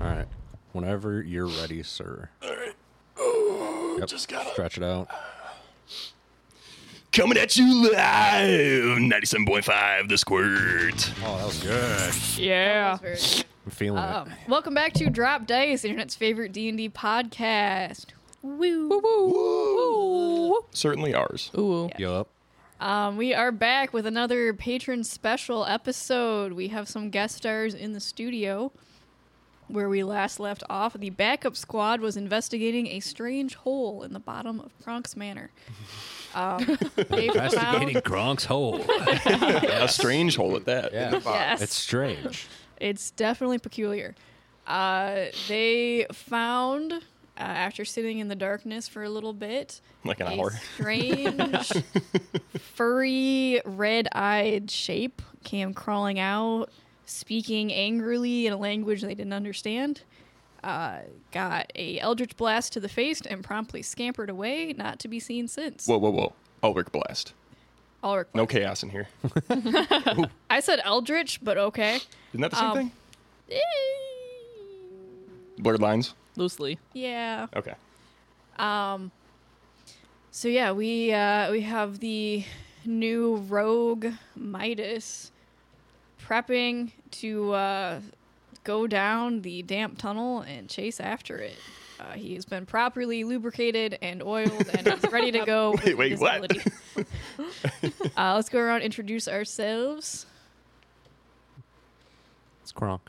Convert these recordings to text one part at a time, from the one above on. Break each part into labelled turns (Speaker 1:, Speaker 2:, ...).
Speaker 1: All right. Whenever you're ready, sir. Yep.
Speaker 2: Just gotta
Speaker 1: Stretch it out.
Speaker 2: coming at you live, ninety-seven point five. The squirt.
Speaker 1: Oh, that was good.
Speaker 3: Yeah.
Speaker 4: Very good.
Speaker 1: I'm feeling
Speaker 4: Um, welcome back to Drop Dice, the internet's favorite D and D podcast. Woo.
Speaker 2: Certainly ours.
Speaker 3: Ooh.
Speaker 1: it. Yup.
Speaker 4: Um, we are back with another patron special episode. We have some guest stars in the studio. Where we last left off, the backup squad was investigating a strange hole in the bottom of Kronk's Manor. Um, they found
Speaker 1: Investigating Gronk's hole.
Speaker 2: A strange hole at that.
Speaker 1: Yeah.
Speaker 4: Yes.
Speaker 1: It's strange.
Speaker 4: It's definitely peculiar. Uh, they found, uh, after sitting in the darkness for a little bit,
Speaker 2: Like an
Speaker 4: a
Speaker 2: hour.
Speaker 4: strange, furry, red eyed shape came crawling out, speaking angrily in a language they didn't understand. Uh, got a eldritch blast to the face and promptly scampered away, not to be seen since.
Speaker 2: Whoa, whoa, whoa! Ulrich blast.
Speaker 4: Ulrich
Speaker 2: No
Speaker 4: blast.
Speaker 2: chaos in here.
Speaker 4: I said eldritch, but okay.
Speaker 2: Isn't that the same
Speaker 4: Um,
Speaker 2: thing?
Speaker 4: Eh,
Speaker 2: Blurred lines.
Speaker 3: Loosely.
Speaker 4: Yeah.
Speaker 2: Okay.
Speaker 4: So yeah, we uh, we have the new rogue Midas prepping to uh, go down the damp tunnel and chase after it. Uh, he has been properly lubricated and oiled and is ready to go. with
Speaker 2: Wait, wait,
Speaker 4: his
Speaker 2: what?
Speaker 4: ability. uh, let's go around and introduce ourselves.
Speaker 1: It's Kronk.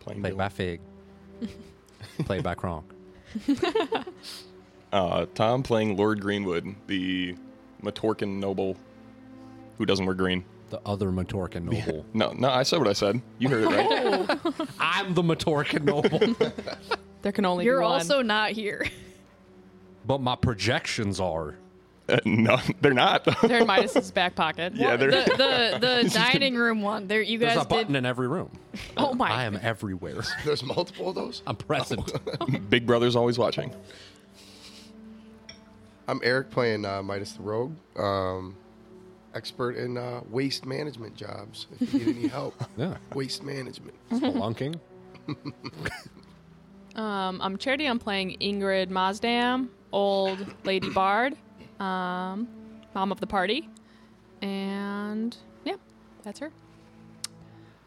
Speaker 2: Plain
Speaker 1: Played
Speaker 2: Bill.
Speaker 1: by Fig. Played by Kronk.
Speaker 2: Uh, Tom playing Lord Greenwood, the Matorkin noble who doesn't wear green.
Speaker 1: The other Matorkin noble.
Speaker 2: No, no, I said what I said. You heard it right.
Speaker 1: I'm the Matorkin noble.
Speaker 3: There can only
Speaker 4: You're
Speaker 3: be one.
Speaker 4: also not here.
Speaker 1: but my projections are.
Speaker 2: Uh, no, they're not.
Speaker 3: They're in Midas's back pocket.
Speaker 2: yeah,
Speaker 4: the
Speaker 2: they're.
Speaker 4: the, the dining room one. There, you
Speaker 1: There's
Speaker 4: guys
Speaker 1: a button
Speaker 4: did.
Speaker 1: in every room.
Speaker 3: Oh my.
Speaker 1: I am everywhere.
Speaker 5: There's multiple of those.
Speaker 1: I'm present.
Speaker 2: Big Brother's always watching.
Speaker 5: I'm Eric playing uh, Midas the Rogue, um, expert in uh, waste management jobs. If you need any help,
Speaker 1: Yeah.
Speaker 5: waste management.
Speaker 4: Oh.
Speaker 1: Spelunking.
Speaker 3: Um, I'm Charity. I'm playing Ingrid Mazdam, old lady bard, um, mom of the party, and yeah, that's her.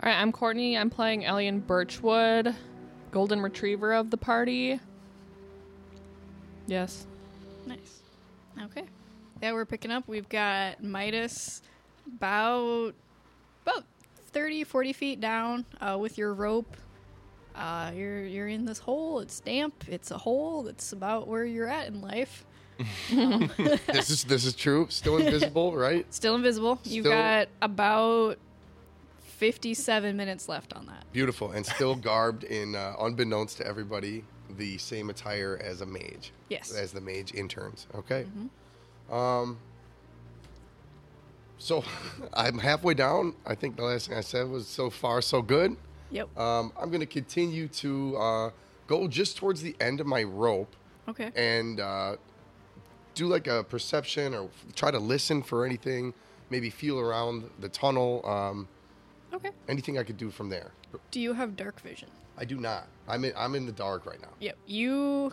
Speaker 3: All right, I'm Courtney. I'm playing Elian Birchwood, golden retriever of the party. Yes.
Speaker 4: Nice. Okay. Yeah, we're picking up. We've got Midas about about 30, 40 feet down uh, with your rope. Uh, you're you're in this hole. It's damp. It's a hole. It's about where you're at in life.
Speaker 5: this is this is true. Still invisible, right?
Speaker 4: Still invisible. You've
Speaker 5: Still-
Speaker 4: got about 57 minutes left on that.
Speaker 5: Beautiful and still garbed in, uh, unbeknownst to everybody, the same attire as a mage.
Speaker 4: Yes.
Speaker 5: As the mage interns. Okay. Um. So, I'm halfway down. I think the last thing I said was so far so good.
Speaker 4: Yep.
Speaker 5: Um, I'm going to continue to uh, go just towards the end of my rope
Speaker 4: okay.
Speaker 5: and uh, do like a perception or f- try to listen for anything, maybe feel around the tunnel, um,
Speaker 4: Okay.
Speaker 5: anything I could do from there.
Speaker 4: Do you have dark vision?
Speaker 5: I do not. I'm in, I'm in the dark right now.
Speaker 4: Yep. You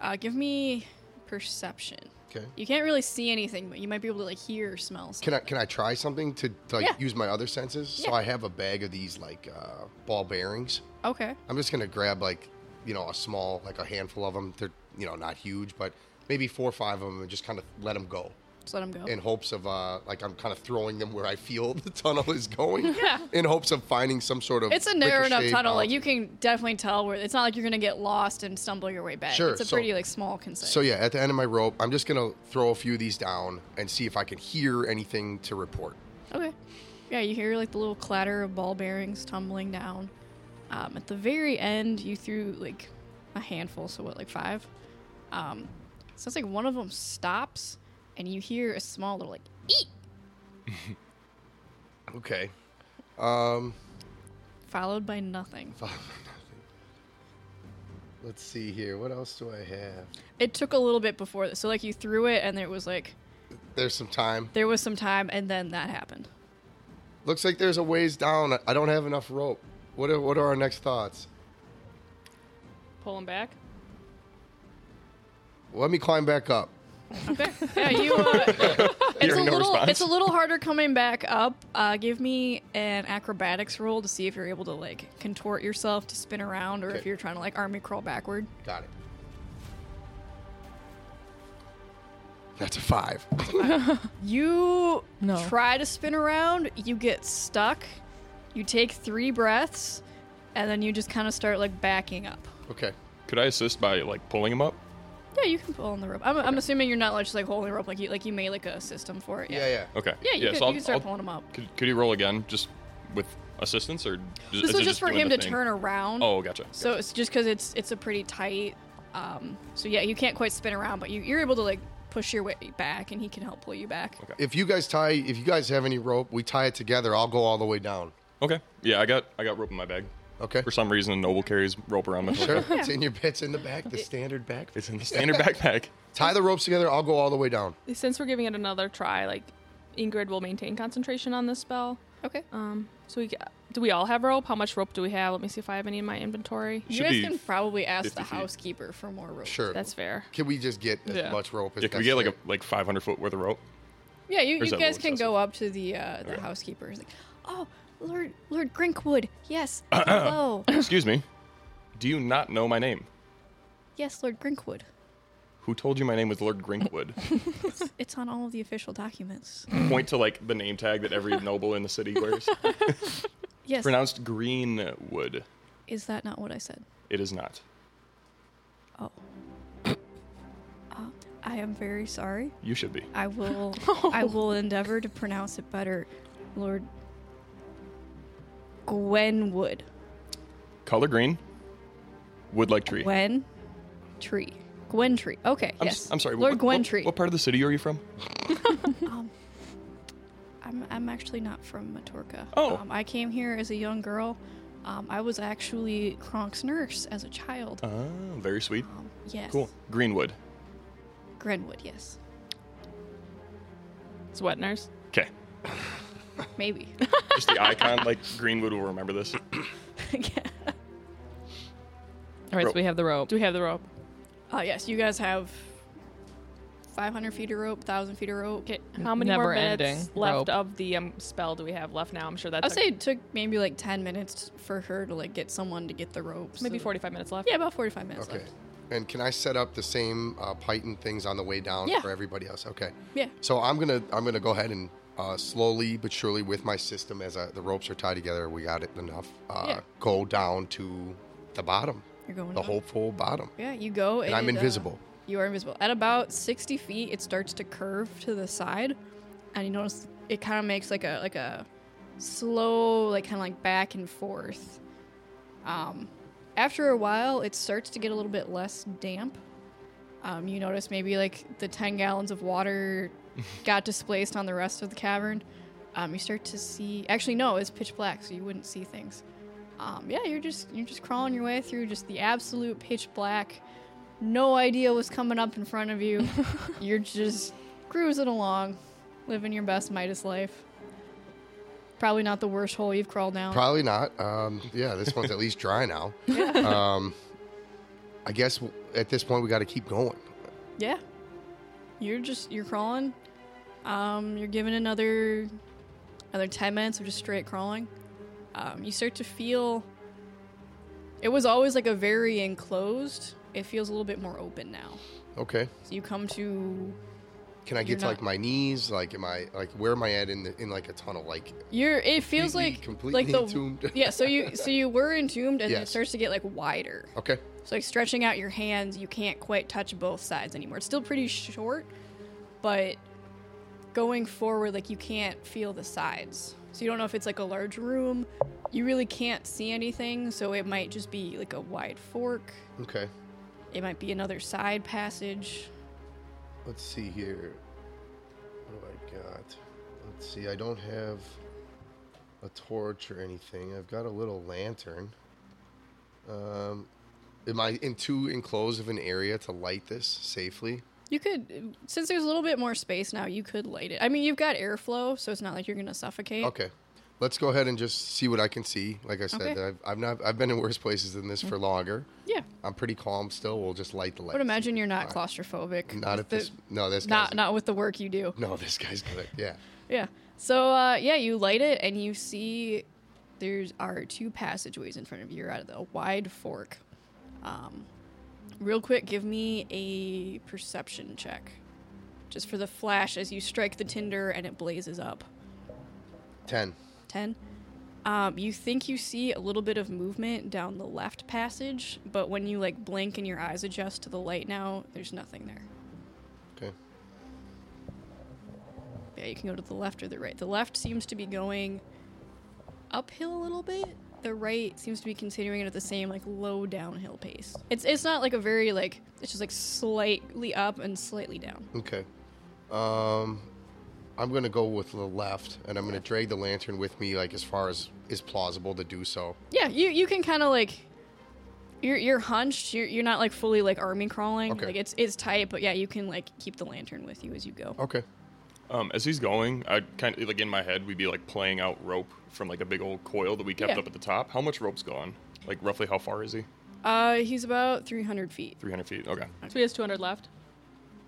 Speaker 4: uh, give me perception.
Speaker 5: Okay.
Speaker 4: You can't really see anything, but you might be able to like hear or smell. Something.
Speaker 5: Can I can I try something to, to like
Speaker 4: Yeah.
Speaker 5: use my other senses? So
Speaker 4: Yeah.
Speaker 5: I have a bag of these like uh, ball bearings.
Speaker 4: Okay.
Speaker 5: I'm just gonna grab like you know a small like a handful of them. They're you know not huge, but maybe four or five of them, and just kind of let them go.
Speaker 4: Just let him go.
Speaker 5: in hopes of uh, like I'm kind of throwing them where I feel the tunnel is going. In hopes of finding some sort of
Speaker 4: it's a narrow enough
Speaker 5: ricochet
Speaker 4: tunnel. Like
Speaker 5: bounce.
Speaker 4: you can definitely tell where. It's not like you're gonna get lost and stumble your way back.
Speaker 5: Sure,
Speaker 4: It's a
Speaker 5: so-
Speaker 4: pretty like small concise.
Speaker 5: So yeah, at the end of my rope, I'm just gonna throw a few of these down and see if I can hear anything to report.
Speaker 4: Okay. Yeah, you hear like the little clatter of ball bearings tumbling down. Um, at the very end, you threw like a handful, so what, like five? Um, sounds like one of them stops, and you hear a small little like eek
Speaker 5: Okay. Um,
Speaker 4: followed by nothing.
Speaker 5: let's see here. What else do I have?
Speaker 4: It took a little bit before this. So like you threw it, and there was like
Speaker 5: There's some time.
Speaker 4: there was some time, and then that happened.
Speaker 5: Looks like there's a ways down. I- I don't have enough rope. What are, what are our next thoughts?
Speaker 3: Pull him back.
Speaker 5: Let me climb back up.
Speaker 4: Okay. Yeah, you. Uh, it's a
Speaker 2: Hearing no
Speaker 4: little.
Speaker 2: response.
Speaker 4: It's a little harder coming back up. Uh, give me an acrobatics roll to see if you're able to like contort yourself to spin around, or if
Speaker 5: Okay.
Speaker 4: you're trying to like army crawl backward.
Speaker 5: Got it. That's a five.
Speaker 4: You
Speaker 6: No.
Speaker 4: try to spin around, you get stuck, you take three breaths, and then you just kind of start like backing up.
Speaker 5: okay.
Speaker 2: Could I assist by like pulling him up?
Speaker 4: Yeah, you can pull on the rope. I'm, I'm assuming you're not like, just like holding the rope, like you like you made like a system for it.
Speaker 5: Yeah, yeah.
Speaker 2: Okay.
Speaker 4: Yeah, you, could,
Speaker 2: so
Speaker 4: you
Speaker 2: I'll-
Speaker 4: can start
Speaker 2: I'll-
Speaker 4: pulling him up.
Speaker 2: Could, could he roll again, just with assistance, or is
Speaker 4: This
Speaker 2: it
Speaker 4: was just for
Speaker 2: doing
Speaker 4: him
Speaker 2: the
Speaker 4: to
Speaker 2: thing?
Speaker 4: turn around.
Speaker 2: Oh, gotcha.
Speaker 4: So it's just because it's it's a pretty tight. Um, so yeah, you can't quite spin around, but you, you're able to like push your way back, and he can help pull you back.
Speaker 2: Okay.
Speaker 5: If you guys tie, if you guys have any rope, we tie it together. I'll go all the way down.
Speaker 2: okay. Yeah, I got I got rope in my bag.
Speaker 5: Okay.
Speaker 2: For some reason, Noble carries rope around my
Speaker 5: Sure.
Speaker 2: sure.
Speaker 5: It's in your it's in the back, the standard back.
Speaker 2: It's in the standard backpack.
Speaker 5: Tie the ropes together. I'll go all the way down.
Speaker 3: Since we're giving it another try, like Ingrid will maintain concentration on this spell.
Speaker 4: Okay.
Speaker 3: Um, so we got, do we all have rope? How much rope do we have? Let me see if I have any in my inventory.
Speaker 4: you
Speaker 2: should
Speaker 4: guys
Speaker 2: be
Speaker 4: can probably ask
Speaker 2: 50
Speaker 4: the
Speaker 2: feet.
Speaker 4: housekeeper for more rope.
Speaker 5: Sure.
Speaker 3: That's fair.
Speaker 5: Can we just get as
Speaker 3: Yeah.
Speaker 5: much rope as
Speaker 2: Yeah, can we get like a
Speaker 5: necessary?
Speaker 2: like 500 foot worth of rope?
Speaker 4: Yeah, you,
Speaker 2: Or
Speaker 4: you
Speaker 2: is that a
Speaker 4: guys
Speaker 2: little
Speaker 4: can
Speaker 2: excessive?
Speaker 4: go up to the uh, the
Speaker 2: Okay.
Speaker 4: housekeeper. It's like, oh, Lord Lord Grinkwood, yes, hello,
Speaker 2: Excuse me. Do you not know my name?
Speaker 4: yes, Lord Grinkwood.
Speaker 2: Who told you my name was Lord Grinkwood?
Speaker 4: It's on all of the official documents.
Speaker 2: Point to like the name tag that every noble in the city wears.
Speaker 4: Yes,
Speaker 2: Pronounced Greenwood.
Speaker 4: is that not what I said?
Speaker 2: It is not.
Speaker 4: Oh, uh, I am very sorry.
Speaker 2: You should be.
Speaker 4: I will I will endeavor to pronounce it better, Lord Gwenwood.
Speaker 2: Color green. Wood like tree.
Speaker 4: Gwen Tree. Gwen Tree. Okay,
Speaker 2: I'm,
Speaker 4: yes.
Speaker 2: s- I'm sorry.
Speaker 4: Lord
Speaker 2: what,
Speaker 4: Gwen
Speaker 2: what-
Speaker 4: Tree.
Speaker 2: What part of the city are you from?
Speaker 4: I'm, I'm actually not from Matorka.
Speaker 2: Oh.
Speaker 4: Um, I came here as a young girl. Um, I was actually Kronk's nurse as a child.
Speaker 2: Oh, very sweet.
Speaker 4: Um, yes.
Speaker 2: Cool. Greenwood.
Speaker 4: Grenwood, yes.
Speaker 3: It's wet nurse.
Speaker 2: Okay.
Speaker 4: Maybe.
Speaker 2: Just the icon, like Greenwood will remember this.
Speaker 4: yeah.
Speaker 6: All right, so
Speaker 2: Rope.
Speaker 6: we have the rope.
Speaker 3: Do we have the rope?
Speaker 4: Uh, yes, you guys have 500 feet of rope, 1,000 feet of rope.
Speaker 3: Okay. How many more
Speaker 6: Never
Speaker 3: minutes
Speaker 6: ending
Speaker 3: left
Speaker 6: rope.
Speaker 3: of the um, spell do we have left now? I'm sure that's
Speaker 4: I'd say it took maybe like 10 minutes for her to like get someone to get the ropes.
Speaker 3: maybe
Speaker 4: So-
Speaker 3: 45 minutes left.
Speaker 4: Yeah, about 45 minutes
Speaker 5: Okay.
Speaker 4: left.
Speaker 5: And can I set up the same uh, Python things on the way down
Speaker 4: Yeah.
Speaker 5: for everybody else? Okay.
Speaker 4: Yeah.
Speaker 5: So I'm gonna I'm gonna go ahead and uh, slowly but surely with my system as I, the ropes are tied together, we got it enough. Uh,
Speaker 4: Yeah. Uh-huh.
Speaker 5: Go down to the bottom,
Speaker 4: You're going
Speaker 5: the
Speaker 4: down.
Speaker 5: hopeful bottom.
Speaker 4: Yeah, you go.
Speaker 5: And I'm
Speaker 4: uh,
Speaker 5: invisible.
Speaker 4: you are invisible. At about 60 feet, it starts to curve to the side, and you notice it kind of makes like a like a slow like kind of like back and forth. Um, after a while, it starts to get a little bit less damp. Um, you notice maybe like the 10 gallons of water got displaced on the rest of the cavern. Um, you start to see. Actually, no, it's pitch black, so you wouldn't see things. Um, yeah, you're just you're just crawling your way through just the absolute pitch black. No idea what's coming up in front of you. you're just cruising along, living your best Midas life. Probably not the worst hole you've crawled down.
Speaker 5: Probably not. Um, yeah, this one's at least dry now. Um, I guess w- at this point we got to keep going.
Speaker 4: yeah, you're just you're crawling. Um, you're given another another 10 minutes of just straight crawling. Um, you start to feel. It was always like a very enclosed. It feels a little bit more open now.
Speaker 5: Okay.
Speaker 4: So you come to
Speaker 5: Can I get
Speaker 4: You're
Speaker 5: to like
Speaker 4: not-
Speaker 5: my knees? Like, am I like where am I at in the in like a tunnel? Like,
Speaker 4: you're. It feels
Speaker 5: Completely-
Speaker 4: like
Speaker 5: completely
Speaker 4: like the
Speaker 5: entombed.
Speaker 4: yeah. So you so you were entombed and it
Speaker 5: Yes.
Speaker 4: starts to get like wider.
Speaker 5: okay,
Speaker 4: So like stretching out your hands, you can't quite touch both sides anymore. It's still pretty short, but going forward, like you can't feel the sides. So you don't know if it's like a large room. You really can't see anything, so it might just be like a wide fork.
Speaker 5: okay.
Speaker 4: It might be another side passage.
Speaker 5: Let's see here. What do I got? Let's see. I don't have a torch or anything. I've got a little lantern. Um, am I in too enclosed of an area to light this safely?
Speaker 4: You could, since there's a little bit more space now, you could light it. I mean, you've got airflow, so it's not like you're gonna suffocate.
Speaker 5: Okay. Let's go ahead and just see what I can see. Like I said,
Speaker 4: Okay.
Speaker 5: I've, I've not I've been in worse places than this for longer.
Speaker 4: Yeah.
Speaker 5: I'm pretty calm still. We'll just light the light.
Speaker 4: I would imagine you're not claustrophobic.
Speaker 5: Not
Speaker 4: with
Speaker 5: at
Speaker 4: the-
Speaker 5: this. No, this.
Speaker 4: Not
Speaker 5: guy's,
Speaker 4: not with the work you do.
Speaker 5: No, this guy's good. Yeah.
Speaker 4: Yeah. So uh, yeah, you light it and you see there's are two passageways in front of you. You're at a wide fork. Um, real quick, give me a perception check, just for the flash as you strike the tinder and it blazes up.
Speaker 5: Ten.
Speaker 4: 10. Um, you think you see a little bit of movement down the left passage, but when you like blink and your eyes adjust to the light now, there's nothing there.
Speaker 5: Okay.
Speaker 4: Yeah, you can go to the left or the right. The left seems to be going uphill a little bit. The right seems to be continuing it at the same like low downhill pace. It's it's not like a very like it's just like slightly up and slightly down.
Speaker 5: Okay. Um, I'm gonna go with the left, and I'm gonna drag the lantern with me, like as far as is plausible to do so.
Speaker 4: Yeah, you you can kind of like you're you're hunched. You're you're not like fully like army crawling.
Speaker 5: Okay.
Speaker 4: Like it's it's tight, but yeah, you can like keep the lantern with you as you go.
Speaker 5: Okay.
Speaker 2: Um, as he's going, I kind of like in my head, we'd be like playing out rope from like a big old coil that we kept
Speaker 4: Yeah.
Speaker 2: up at the top. How much rope's gone? Like roughly, how far is he?
Speaker 4: Uh, he's about 300 feet.
Speaker 2: 300 feet. Okay.
Speaker 3: So he has 200 left.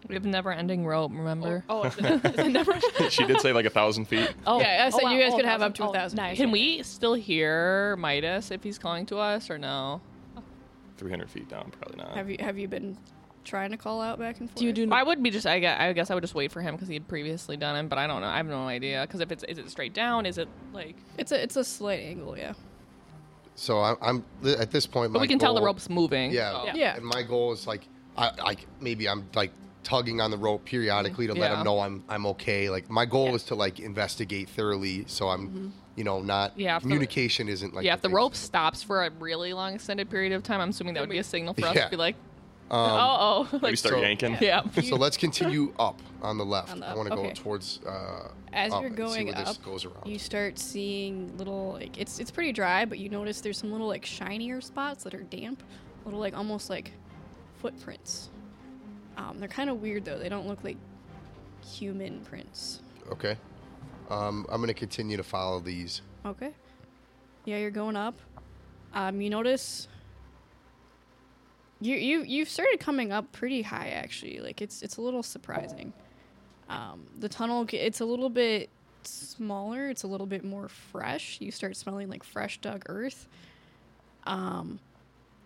Speaker 6: We have never ending rope, remember?
Speaker 3: Oh, is it never?
Speaker 2: she did say like a thousand feet.
Speaker 6: Oh,
Speaker 4: Yeah, I said
Speaker 3: wow.
Speaker 4: you guys
Speaker 3: Oh,
Speaker 4: could have up to
Speaker 3: thousand.
Speaker 4: a
Speaker 3: Oh,
Speaker 4: thousand.
Speaker 3: nice.
Speaker 6: Can we still hear Midas if he's calling to us or no?
Speaker 2: 300 feet down, probably not.
Speaker 4: Have you have you been trying to call out back and forth?
Speaker 3: Do you do
Speaker 6: I would be just. I guess I, guess I would just wait for him because he had previously done him, but I don't know. I have no idea because if it's is it straight down? Is it like?
Speaker 4: It's a it's a slight angle, yeah.
Speaker 5: So I'm, I'm th- at this point.
Speaker 6: But
Speaker 5: my
Speaker 6: we can tell the
Speaker 5: goal-
Speaker 6: rope's moving.
Speaker 5: Yeah.
Speaker 6: so-
Speaker 4: Yeah. Yeah.
Speaker 5: And my goal is like, I like maybe I'm like tugging on the rope periodically to let
Speaker 6: Yeah.
Speaker 5: him know I'm I'm okay. Like my goal is to like investigate thoroughly, so I'm,
Speaker 4: Mm-hmm.
Speaker 5: you know, not.
Speaker 6: Yeah, if the-
Speaker 5: Communication isn't like.
Speaker 6: yeah, if the
Speaker 5: thing.
Speaker 6: rope stops for a really long extended period of time, I'm assuming that would be a signal for us
Speaker 5: Yeah.
Speaker 6: to be like,
Speaker 5: Um,
Speaker 6: oh, oh,
Speaker 2: Maybe
Speaker 6: like,
Speaker 2: start
Speaker 5: so-
Speaker 2: yanking.
Speaker 6: yeah.
Speaker 5: So let's continue up on the left.
Speaker 4: On the
Speaker 5: I
Speaker 4: up,
Speaker 5: want to
Speaker 4: okay.
Speaker 5: go towards. Uh,
Speaker 4: As
Speaker 5: up
Speaker 4: you're
Speaker 5: and see
Speaker 4: going
Speaker 5: where this
Speaker 4: up,
Speaker 5: goes around.
Speaker 4: You start seeing little like it's it's pretty dry, but you notice there's some little like shinier spots that are damp, little like almost like footprints. Um, they're kind of weird though. They don't look like human prints.
Speaker 5: Okay. Um, I'm gonna continue to follow these.
Speaker 4: Okay. Yeah, you're going up. Um, you notice you you you've started coming up pretty high actually. Like it's it's a little surprising. Um, the tunnel g- it's a little bit smaller. It's a little bit more fresh. You start smelling like fresh dug earth. Um,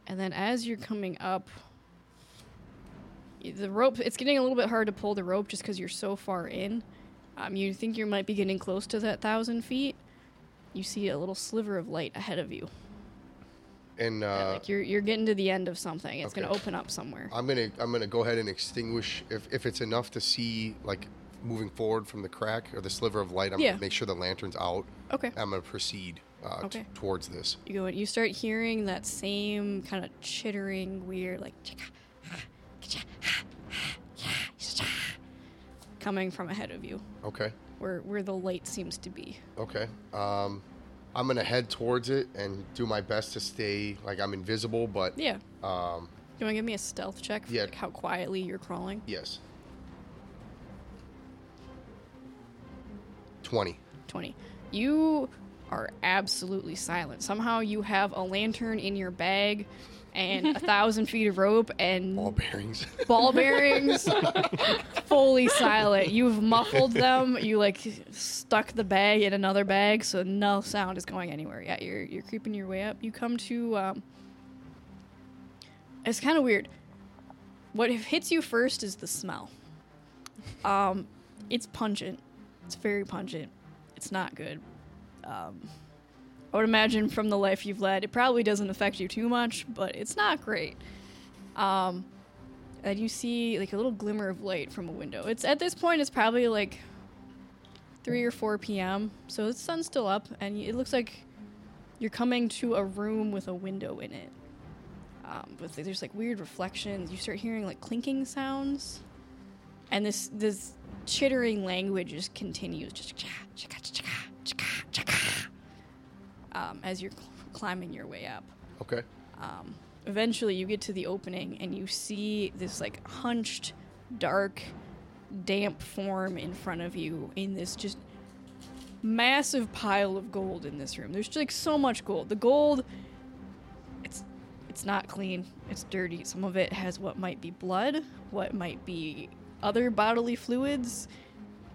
Speaker 4: and then as you're coming up, the rope it's getting a little bit hard to pull the rope just because you're so far in. Um, you think you might be getting close to that thousand feet you see a little sliver of light ahead of you.
Speaker 5: And
Speaker 4: Yeah,
Speaker 5: uh,
Speaker 4: like you're you're getting to the end of something. It's gonna
Speaker 5: okay.
Speaker 4: open up somewhere.
Speaker 5: I'm gonna I'm gonna go ahead and extinguish if, if it's enough to see like moving forward from the crack or the sliver of light. I'm
Speaker 4: Yeah.
Speaker 5: gonna make sure the lantern's out.
Speaker 4: Okay.
Speaker 5: I'm gonna proceed uh, t-
Speaker 4: Okay.
Speaker 5: towards this.
Speaker 4: You go in, you start hearing that same kind of chittering, weird like coming from ahead of you,
Speaker 5: Okay.
Speaker 4: where where the light seems to be.
Speaker 5: Okay. Um, I'm gonna head towards it and do my best to stay like I'm invisible, but
Speaker 4: Yeah.
Speaker 5: um,
Speaker 4: You wanna give me a stealth check for
Speaker 5: Yeah.
Speaker 4: like how quietly you're crawling?
Speaker 5: yes. Twenty.
Speaker 4: 20. You are absolutely silent. Somehow you have a lantern in your bag and a thousand feet of rope and
Speaker 5: Ball bearings.
Speaker 4: ball bearings fully silent you've muffled them you like stuck the bag in another bag so no sound is going anywhere yet you're you're creeping your way up you come to um it's kind of weird what hits you first is the smell um it's pungent it's very pungent it's not good um I would imagine from the life you've led, it probably doesn't affect you too much, but it's not great. Um, and you see like a little glimmer of light from a window. It's at this point, it's probably like three or four p.m. So the sun's still up, and it looks like you're coming to a room with a window in it. Um, but there's like weird reflections. You start hearing like clinking sounds, and this this chittering language just continues, just chaka, chaka, chaka, chaka, chaka, um, as you're cl- climbing your way up
Speaker 5: okay.
Speaker 4: um, eventually you get to the opening and you see this like hunched dark damp form in front of you in this just massive pile of gold in this room. There's like so much gold. The gold it's it's not clean. It's dirty. Some of it has what might be blood, what might be other bodily fluids.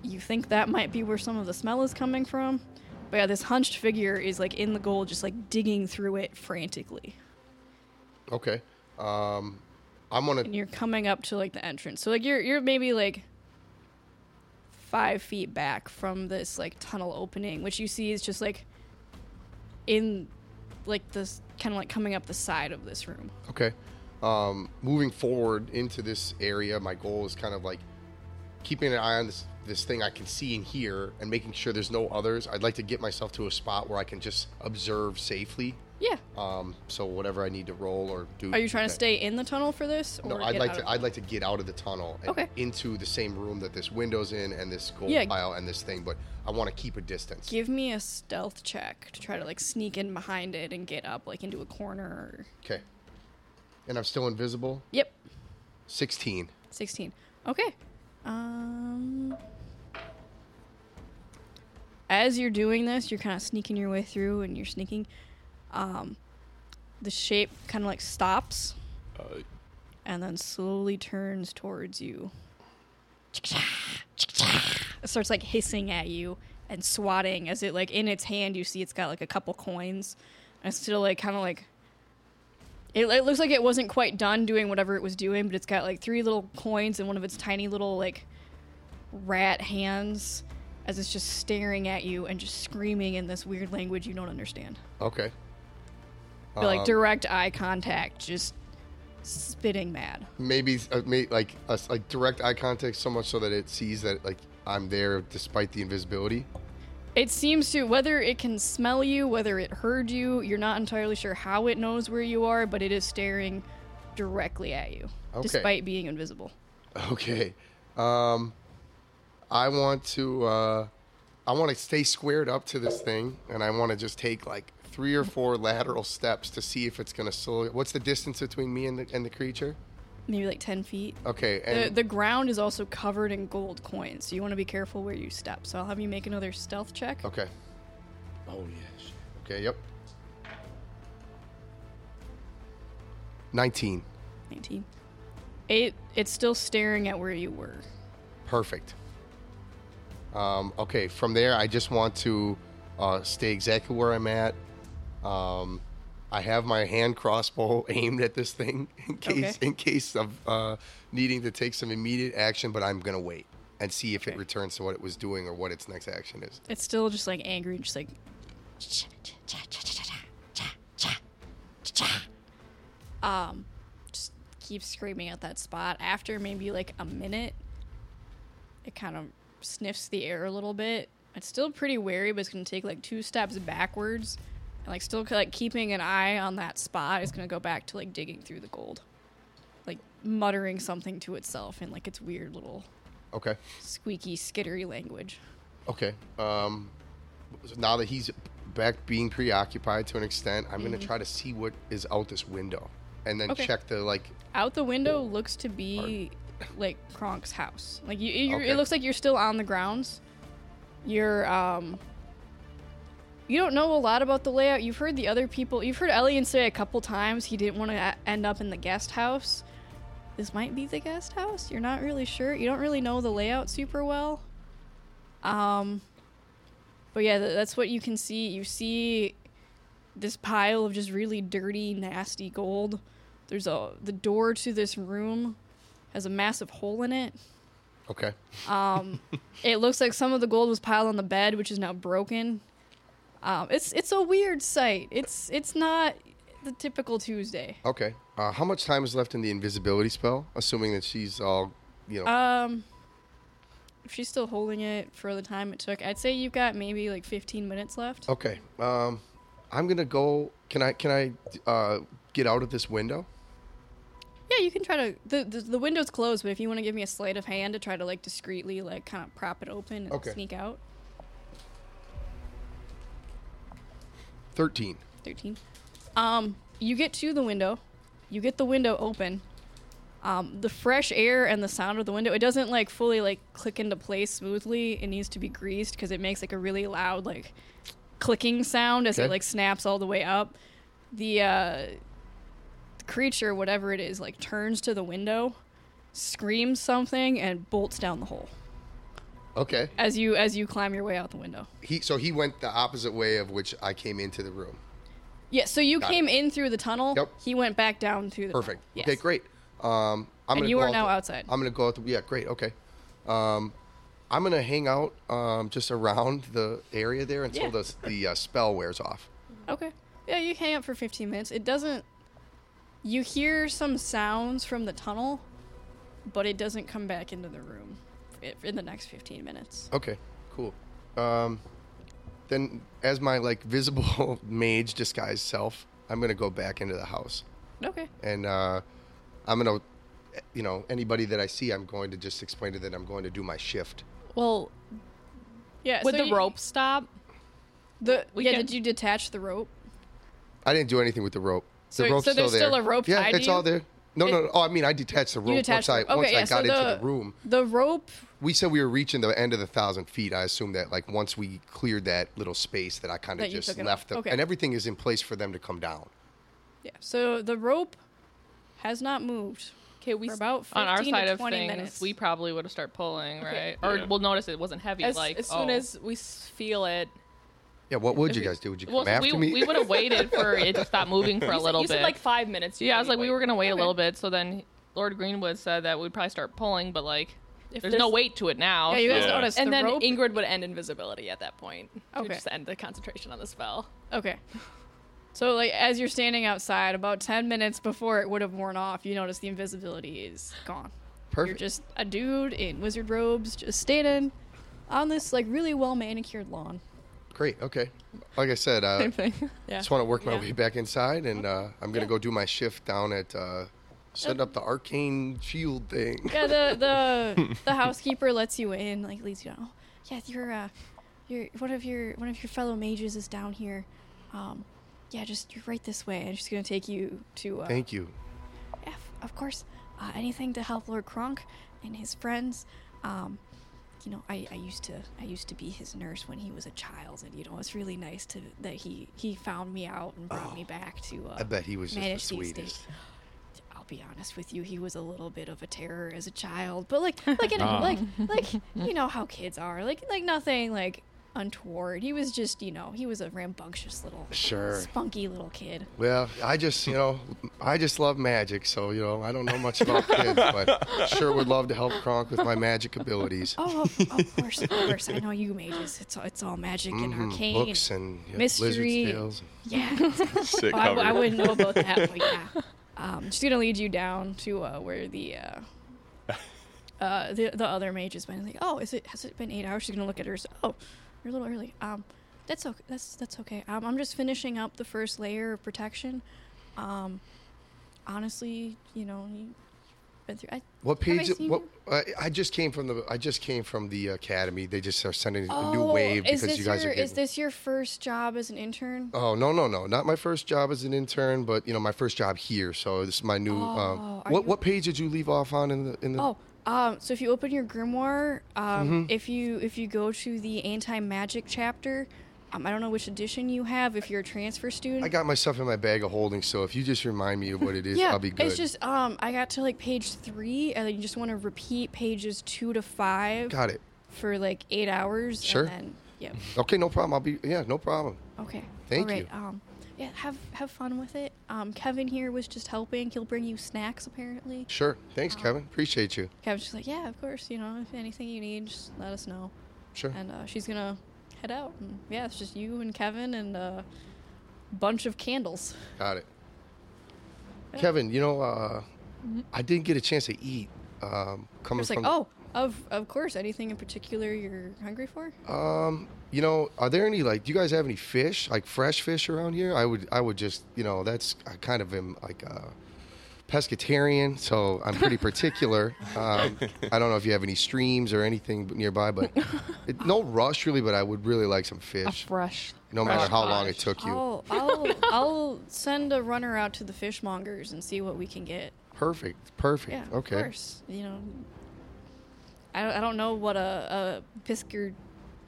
Speaker 4: You think that might be where some of the smell is coming from? But yeah, this hunched figure is like in the gold just like digging through it frantically.
Speaker 5: Okay. Um, I'm gonna.
Speaker 4: and you're coming up to like the entrance. So like you're you're maybe like five feet back from this like tunnel opening, which you see is just like in like this kind of like coming up the side of this room.
Speaker 5: Okay. Um, moving forward into this area, my goal is kind of like keeping an eye on this this thing I can see and hear, and making sure there's no others. I'd like to get myself to a spot where I can just observe safely.
Speaker 4: Yeah.
Speaker 5: Um, so whatever I need to roll or do.
Speaker 4: Are you trying to
Speaker 5: that-
Speaker 4: stay in the tunnel for this?
Speaker 5: No,
Speaker 4: or
Speaker 5: I'd
Speaker 4: get
Speaker 5: like
Speaker 4: out
Speaker 5: to.
Speaker 4: of-
Speaker 5: I'd like to get out of the tunnel and
Speaker 4: Okay.
Speaker 5: into the same room that this window's in, and this gold
Speaker 4: Yeah.
Speaker 5: pile, and this thing. But I want to keep a distance.
Speaker 4: Give me a stealth check to try to like sneak in behind it and get up like into a corner. Or...
Speaker 5: Okay. And I'm still invisible.
Speaker 4: Yep,
Speaker 5: Sixteen.
Speaker 4: sixteen. Okay. Um. As you're doing this, you're kind of sneaking your way through, and you're sneaking. Um, the shape kind of like stops,
Speaker 2: Uh,
Speaker 4: and then slowly turns towards you. It starts like hissing at you and swatting as it like in its hand you see it's got like a couple coins. And it's still like kind of like it, it looks like it wasn't quite done doing whatever it was doing, but it's got like three little coins and one of its tiny little like rat hands as it's just staring at you and just screaming in this weird language you don't understand.
Speaker 5: Okay.
Speaker 4: But like
Speaker 5: Um,
Speaker 4: direct eye contact, just spitting mad.
Speaker 5: maybe uh, may, like us like direct eye contact so much so that it sees that like I'm there despite the invisibility.
Speaker 4: It seems to, whether it can smell you, whether it heard you, you're not entirely sure how it knows where you are, but it is staring directly at you,
Speaker 5: Okay.
Speaker 4: despite being invisible.
Speaker 5: Okay. Um I want to uh I want to stay squared up to this thing and I want to just take like three or four lateral steps to see if it's going to slowly What's the distance between me and the and the creature?
Speaker 4: Maybe like 10 feet.
Speaker 5: Okay.
Speaker 4: The,
Speaker 5: And
Speaker 4: the ground is also covered in gold coins, so you want to be careful where you step. So I'll have you make another stealth check.
Speaker 5: Okay. Oh yes. Okay, yep. 19.
Speaker 4: 19. It, it's still staring at where you were.
Speaker 5: Perfect. Um, okay, from there, I just want to uh, stay exactly where I'm at. Um, I have my hand crossbow aimed at this thing in case
Speaker 4: Okay.
Speaker 5: in case of uh, needing to take some immediate action, but I'm gonna wait and see if it
Speaker 4: Okay.
Speaker 5: returns to what it was doing or what its next action is.
Speaker 4: It's still just like angry and just like. Um, just keep screaming at that spot. After maybe like a minute, it kind of sniffs the air a little bit. It's still pretty wary, but it's gonna take like two steps backwards, and like still like keeping an eye on that spot. It's gonna go back to like digging through the gold, like muttering something to itself in like its weird little
Speaker 5: Okay,
Speaker 4: squeaky, skittery language.
Speaker 5: okay. Um, so now that he's back being preoccupied to an extent, I'm gonna try to see what is out this window and then
Speaker 4: Mm-hmm. Okay.
Speaker 5: check the like
Speaker 4: out the window looks to be like Kronk's house. Like you, you
Speaker 5: Okay.
Speaker 4: it looks like you're still on the grounds. You're um you don't know a lot about the layout. You've heard the other people. You've heard Ellian say a couple times he didn't want to end up in the guest house. This might be the guest house. You're not really sure. You don't really know the layout super well. Um but yeah, th- that's what you can see. You see this pile of just really dirty, nasty gold. There's a the door to this room has a massive hole in it.
Speaker 5: okay.
Speaker 4: Um, it looks like some of the gold was piled on the bed, which is now broken. Um, it's it's a weird sight. It's it's not the typical Tuesday.
Speaker 5: Okay. Uh, how much time is left in the invisibility spell? Assuming that she's all, you know.
Speaker 4: Um, if she's still holding it for the time it took, I'd say you've got maybe like 15 minutes left.
Speaker 5: okay. Um, I'm gonna go. Can I? Can I uh, get out of this window?
Speaker 4: Yeah, you can try to. The, the the window's closed, but if you want to give me a sleight of hand to try to like discreetly like kind of prop it open and
Speaker 5: Okay.
Speaker 4: sneak out.
Speaker 5: Thirteen.
Speaker 4: 13. Um, you get to the window. You get the window open. Um, the fresh air and the sound of the window, it doesn't like fully like click into place smoothly. It needs to be greased because it makes like a really loud like clicking sound as it
Speaker 5: Okay.
Speaker 4: like snaps all the way up. The uh, creature, whatever it is, like turns to the window, screams something, and bolts down the hole
Speaker 5: Okay.
Speaker 4: as you as you climb your way out the window.
Speaker 5: He so he went the opposite way of which I came into the room.
Speaker 4: Yeah, so you
Speaker 5: Got
Speaker 4: came in through the tunnel.
Speaker 5: Yep.
Speaker 4: He went back down through the
Speaker 5: Perfect.
Speaker 4: tunnel. Yes.
Speaker 5: Okay, great. Um,
Speaker 4: And
Speaker 5: I'm gonna
Speaker 4: you
Speaker 5: go
Speaker 4: are
Speaker 5: out
Speaker 4: now
Speaker 5: the-
Speaker 4: outside.
Speaker 5: I'm gonna go out. The, yeah, great. Okay. Um, I'm gonna hang out um, just around the area there until
Speaker 4: Yeah.
Speaker 5: the the uh, spell wears off.
Speaker 4: Okay. Yeah, you hang out for 15 minutes. It doesn't. You hear some sounds from the tunnel, but it doesn't come back into the room i- in the next 15 minutes.
Speaker 5: Okay, cool. Um, then as my like visible mage disguised self, I'm gonna go back into the house.
Speaker 4: Okay.
Speaker 5: and uh, I'm gonna, you know, anybody that I see, I'm going to just explain to them I'm going to do my shift.
Speaker 6: Well,
Speaker 4: Yeah.
Speaker 3: Would
Speaker 4: so
Speaker 3: the
Speaker 4: you-
Speaker 3: rope stop?
Speaker 4: The
Speaker 6: we
Speaker 4: yeah.
Speaker 6: can-
Speaker 4: Did you detach the rope?
Speaker 5: I didn't do anything with the rope.
Speaker 4: So-
Speaker 5: the rope's
Speaker 4: so there's
Speaker 5: still there.
Speaker 4: still a rope
Speaker 5: Yeah,
Speaker 4: tied to
Speaker 5: it's all
Speaker 4: you?
Speaker 5: there. No, no, no. Oh, I mean, I detached the rope
Speaker 4: detached
Speaker 5: once I
Speaker 4: the- okay,
Speaker 5: once
Speaker 4: yeah,
Speaker 5: I
Speaker 4: so
Speaker 5: got into
Speaker 4: the-
Speaker 5: the room.
Speaker 4: The rope.
Speaker 5: We said we were reaching the end of the thousand feet. I assume that like once we cleared that little space, that I kind
Speaker 4: That
Speaker 5: of
Speaker 4: you
Speaker 5: just
Speaker 4: took it
Speaker 5: left
Speaker 4: off.
Speaker 5: the,
Speaker 4: Okay.
Speaker 5: and everything is in place for them to come down.
Speaker 4: Yeah. So the rope has not moved.
Speaker 6: okay, we
Speaker 4: For
Speaker 6: s-
Speaker 4: about
Speaker 6: on our
Speaker 4: 15
Speaker 6: side
Speaker 4: to
Speaker 6: of
Speaker 4: 20
Speaker 6: things,
Speaker 4: minutes.
Speaker 6: we probably would have started pulling,
Speaker 3: Okay.
Speaker 6: right? Or
Speaker 2: Yeah.
Speaker 6: we'll notice it wasn't heavy.
Speaker 3: As,
Speaker 6: like
Speaker 3: as soon
Speaker 6: oh.
Speaker 3: as we s- feel it,
Speaker 5: Yeah, what would
Speaker 6: If
Speaker 5: you
Speaker 6: we-
Speaker 5: guys do? Would you come
Speaker 6: well, so
Speaker 5: after
Speaker 6: we,
Speaker 5: me?
Speaker 6: we would have waited for it to stop moving for a little
Speaker 3: you
Speaker 6: bit.
Speaker 3: said like five minutes.
Speaker 6: yeah, I was like, we were gonna wait a
Speaker 4: Okay.
Speaker 6: little bit. So then Lord Greenwood said that we'd probably start pulling, but like,
Speaker 3: If
Speaker 6: there's no
Speaker 3: there's-
Speaker 6: weight to it now.
Speaker 4: Yeah, you guys
Speaker 2: Yeah.
Speaker 4: noticed
Speaker 3: And
Speaker 4: the
Speaker 3: then
Speaker 4: rope.
Speaker 3: Ingrid would end invisibility at that point. It would
Speaker 4: Okay.
Speaker 3: Just end the concentration on the spell.
Speaker 4: Okay. So like as you're standing outside, about 10 minutes before it would have worn off, you notice the invisibility is gone.
Speaker 5: Perfect.
Speaker 4: You're just a dude in wizard robes, just standing on this like really well manicured lawn.
Speaker 5: Great. Okay. Like I said, uh,
Speaker 6: Same thing.
Speaker 3: Yeah.
Speaker 5: just want to work my
Speaker 4: Yeah.
Speaker 5: way back inside, and uh, I'm gonna go do my shift down at uh, set up the arcane shield thing.
Speaker 4: Yeah, the the the housekeeper lets you in, like leads you down. Oh, yeah, your uh, your one of your one of your fellow mages is down here. Um, yeah, just you're right this way, and she's gonna take you to. Uh,
Speaker 5: Thank you.
Speaker 4: Yeah, f- of course. Uh, anything to help Lord Kronk and his friends. Um, you know, I, I used to I used to be his nurse when he was a child, and you know, it's really nice to that he he found me out and brought me back to. Uh,
Speaker 5: Oh, I bet he was just the
Speaker 4: manage these things.
Speaker 5: sweetest.
Speaker 4: I'll be honest with you, he was a little bit of a terror as a child, but like like in,
Speaker 1: Ah.
Speaker 4: like like you know how kids are, like like nothing like untoward. He was just you know he was a rambunctious little
Speaker 5: Sure.
Speaker 4: spunky little kid.
Speaker 5: Well, I just, you know, I just love magic, so you know, I don't know much about kids, but sure would love to help Kronk with my magic abilities.
Speaker 4: Oh, of, of course, of course. I know you mages. It's all, it's all magic and
Speaker 5: Mm,
Speaker 4: arcane.
Speaker 5: Books and yeah,
Speaker 4: mystery.
Speaker 5: lizard tales.
Speaker 4: Yeah,
Speaker 2: Sick
Speaker 4: I,
Speaker 2: cover.
Speaker 4: I wouldn't know about that, but yeah. Um, she's gonna lead you down to uh, where the uh, uh, the the other mage has been. Like, oh, is it has it been eight hours? She's gonna look at hers. Oh, you're a little early. Um, that's okay. That's that's okay. Um, I'm just finishing up the first layer of protection. Um, honestly, you know, you've been through. I,
Speaker 5: What
Speaker 4: Have I
Speaker 5: page?
Speaker 4: seen
Speaker 5: What? I, I just came from the. I just came from the academy. They just are sending a new
Speaker 4: Oh,
Speaker 5: wave
Speaker 4: is
Speaker 5: because
Speaker 4: this
Speaker 5: you guys
Speaker 4: your,
Speaker 5: are getting.
Speaker 4: Is this your first job as an intern?
Speaker 5: Oh no no no! Not my first job as an intern, but you know my first job here. So this is my new.
Speaker 4: Oh,
Speaker 5: um,
Speaker 4: are
Speaker 5: what
Speaker 4: you-
Speaker 5: what page did you leave off on in the in the?
Speaker 4: Oh, um, so if you open your grimoire,
Speaker 5: Mm-hmm.
Speaker 4: um, if you if you go to the anti magic chapter, um, I don't know which edition you have. If you're a transfer student,
Speaker 5: I got my stuff in my bag of holding. So if you just remind me of what it is,
Speaker 4: yeah,
Speaker 5: I'll be good.
Speaker 4: it's just um, I got to like page three, and then you just want to repeat pages two to five
Speaker 5: got it.
Speaker 4: for like eight hours.
Speaker 5: Sure.
Speaker 4: And then, yep.
Speaker 5: Okay, no problem. I'll be yeah, no problem.
Speaker 4: Okay.
Speaker 5: Thank
Speaker 4: All right.
Speaker 5: you.
Speaker 4: Um, yeah. Have have fun with it. Um, Kevin here was just helping. He'll bring you snacks apparently.
Speaker 5: Sure. Thanks,
Speaker 4: Oh.
Speaker 5: Kevin. Appreciate you.
Speaker 4: Kevin's just like, yeah, of course. You know, if anything you need, just let us know.
Speaker 5: Sure.
Speaker 4: and uh, she's gonna head out. And yeah, it's just you and Kevin and a bunch of candles.
Speaker 5: Got it. Kevin, you know, uh, I didn't get a chance to eat. Um, coming
Speaker 4: It's Mm-hmm. like, oh,
Speaker 5: from
Speaker 4: of of course, anything in particular you're hungry for?
Speaker 5: Um, you know, are there any like? Do you guys have any fish, like fresh fish around here? I would, I would just, you know, that's I kind of am like a pescatarian, so I'm pretty particular. um, I don't know if you have any streams or anything nearby, but it, no rush really. But I would really like some fish,
Speaker 6: Fresh.
Speaker 5: no matter
Speaker 6: fresh
Speaker 5: how long it
Speaker 6: fish.
Speaker 4: Oh.
Speaker 5: took you.
Speaker 4: I'll I'll I'll send a runner out to the fishmongers and see what we can get.
Speaker 5: Perfect. Perfect.
Speaker 4: Yeah,
Speaker 5: okay.
Speaker 4: of course. You know, I don't, I don't know what a, a Pisker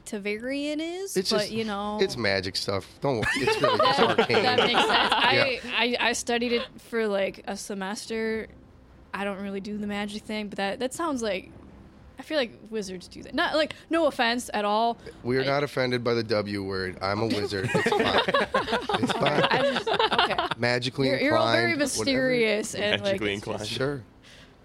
Speaker 4: Tavarian is,
Speaker 5: It's
Speaker 4: but
Speaker 5: just-
Speaker 4: you know,
Speaker 5: It's magic stuff. Don't look. It's really it's
Speaker 4: that,
Speaker 5: arcane.
Speaker 4: that makes sense. I, I I studied it for like a semester. I don't really do the magic thing, but that that sounds like I feel like wizards do that. Not like no offense at all.
Speaker 5: we are not offended by the W word. I'm a wizard. It's fine. It's
Speaker 4: I
Speaker 5: fine.
Speaker 4: just okay.
Speaker 5: Magically
Speaker 4: You're,
Speaker 5: inclined.
Speaker 4: you're all very
Speaker 5: whatever.
Speaker 4: mysterious and like
Speaker 2: magically
Speaker 4: it's just-
Speaker 2: inclined.
Speaker 5: Sure.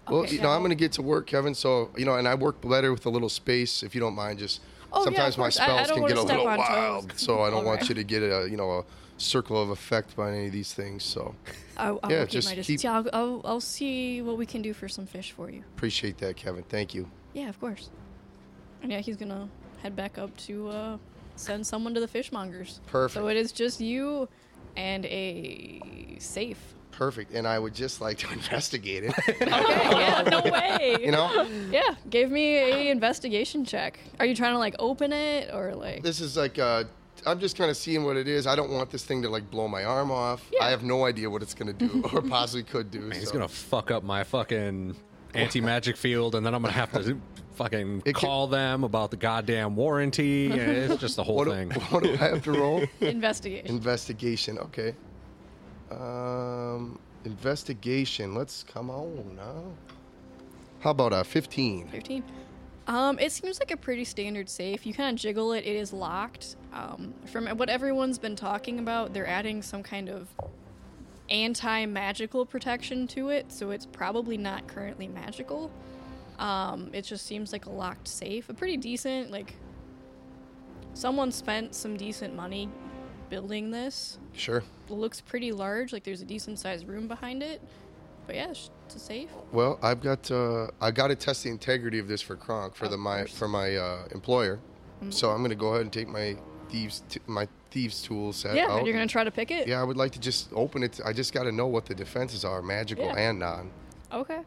Speaker 5: Well,
Speaker 4: Okay.
Speaker 5: you know, I'm going to get to work, Kevin. So, you know, and I work better with a little space, if you don't mind. Just
Speaker 4: Oh, yeah,
Speaker 5: sometimes
Speaker 4: of
Speaker 5: my
Speaker 4: course. I- I
Speaker 5: spells
Speaker 4: don't
Speaker 5: can
Speaker 4: wanna
Speaker 5: get a
Speaker 4: step
Speaker 5: little
Speaker 4: on toes.
Speaker 5: wild, so I don't want
Speaker 4: Alright.
Speaker 5: you to get a, you know, a circle of effect by any of these things. So,
Speaker 4: I, I'll
Speaker 5: Yeah,
Speaker 4: keep
Speaker 5: just
Speaker 4: my distance.
Speaker 5: keep-
Speaker 4: Yeah, I'll, I'll, I'll see what we can do for some fish for you.
Speaker 5: appreciate that, Kevin. Thank you.
Speaker 4: Yeah, of course. And yeah, he's gonna head back up to uh, send someone to the fishmongers.
Speaker 5: Perfect.
Speaker 4: So it is just you and a safe.
Speaker 5: Perfect. And I would just like to investigate it.
Speaker 4: yeah, no
Speaker 5: you
Speaker 4: way.
Speaker 5: know,
Speaker 4: yeah, give me a investigation check. Are you trying to like open it or like?
Speaker 5: this is like uh I'm just kind of seeing what it is. I don't want this thing to like blow my arm off. I have no idea what it's going to do or possibly could do.
Speaker 1: He's
Speaker 5: so.
Speaker 1: gonna fuck up my fucking anti magic field, and then I'm gonna have to fucking
Speaker 5: It can-
Speaker 1: call them about the goddamn warranty. and It's just the whole
Speaker 5: what,
Speaker 1: thing.
Speaker 5: do, what do I have to roll?
Speaker 4: Investigation.
Speaker 5: investigation. Okay. Um, investigation. Let's come on now. How about a 15?
Speaker 4: 13. Um, it seems like a pretty standard safe. You kind of jiggle it, it is locked. Um, from what everyone's been talking about, they're adding some kind of anti magical protection to it, so it's probably not currently magical. Um, it just seems like a locked safe. A pretty decent, like, someone spent some decent money building this.
Speaker 5: Sure.
Speaker 4: looks pretty large, like, there's a decent sized room behind it. But yeah, it's it's a safe.
Speaker 5: Well, I've got uh, I got to test the integrity of this for Kronk for the my for my uh, employer.
Speaker 4: Mm-hmm.
Speaker 5: So I'm gonna go ahead and take my thieves t- my thieves tool set
Speaker 4: Yeah,
Speaker 5: out.
Speaker 4: you're gonna try to pick it?
Speaker 5: oh. yeah, I would like to just open it. I just got to know what the defenses are, magical
Speaker 4: Yeah.
Speaker 5: and non.
Speaker 4: Okay.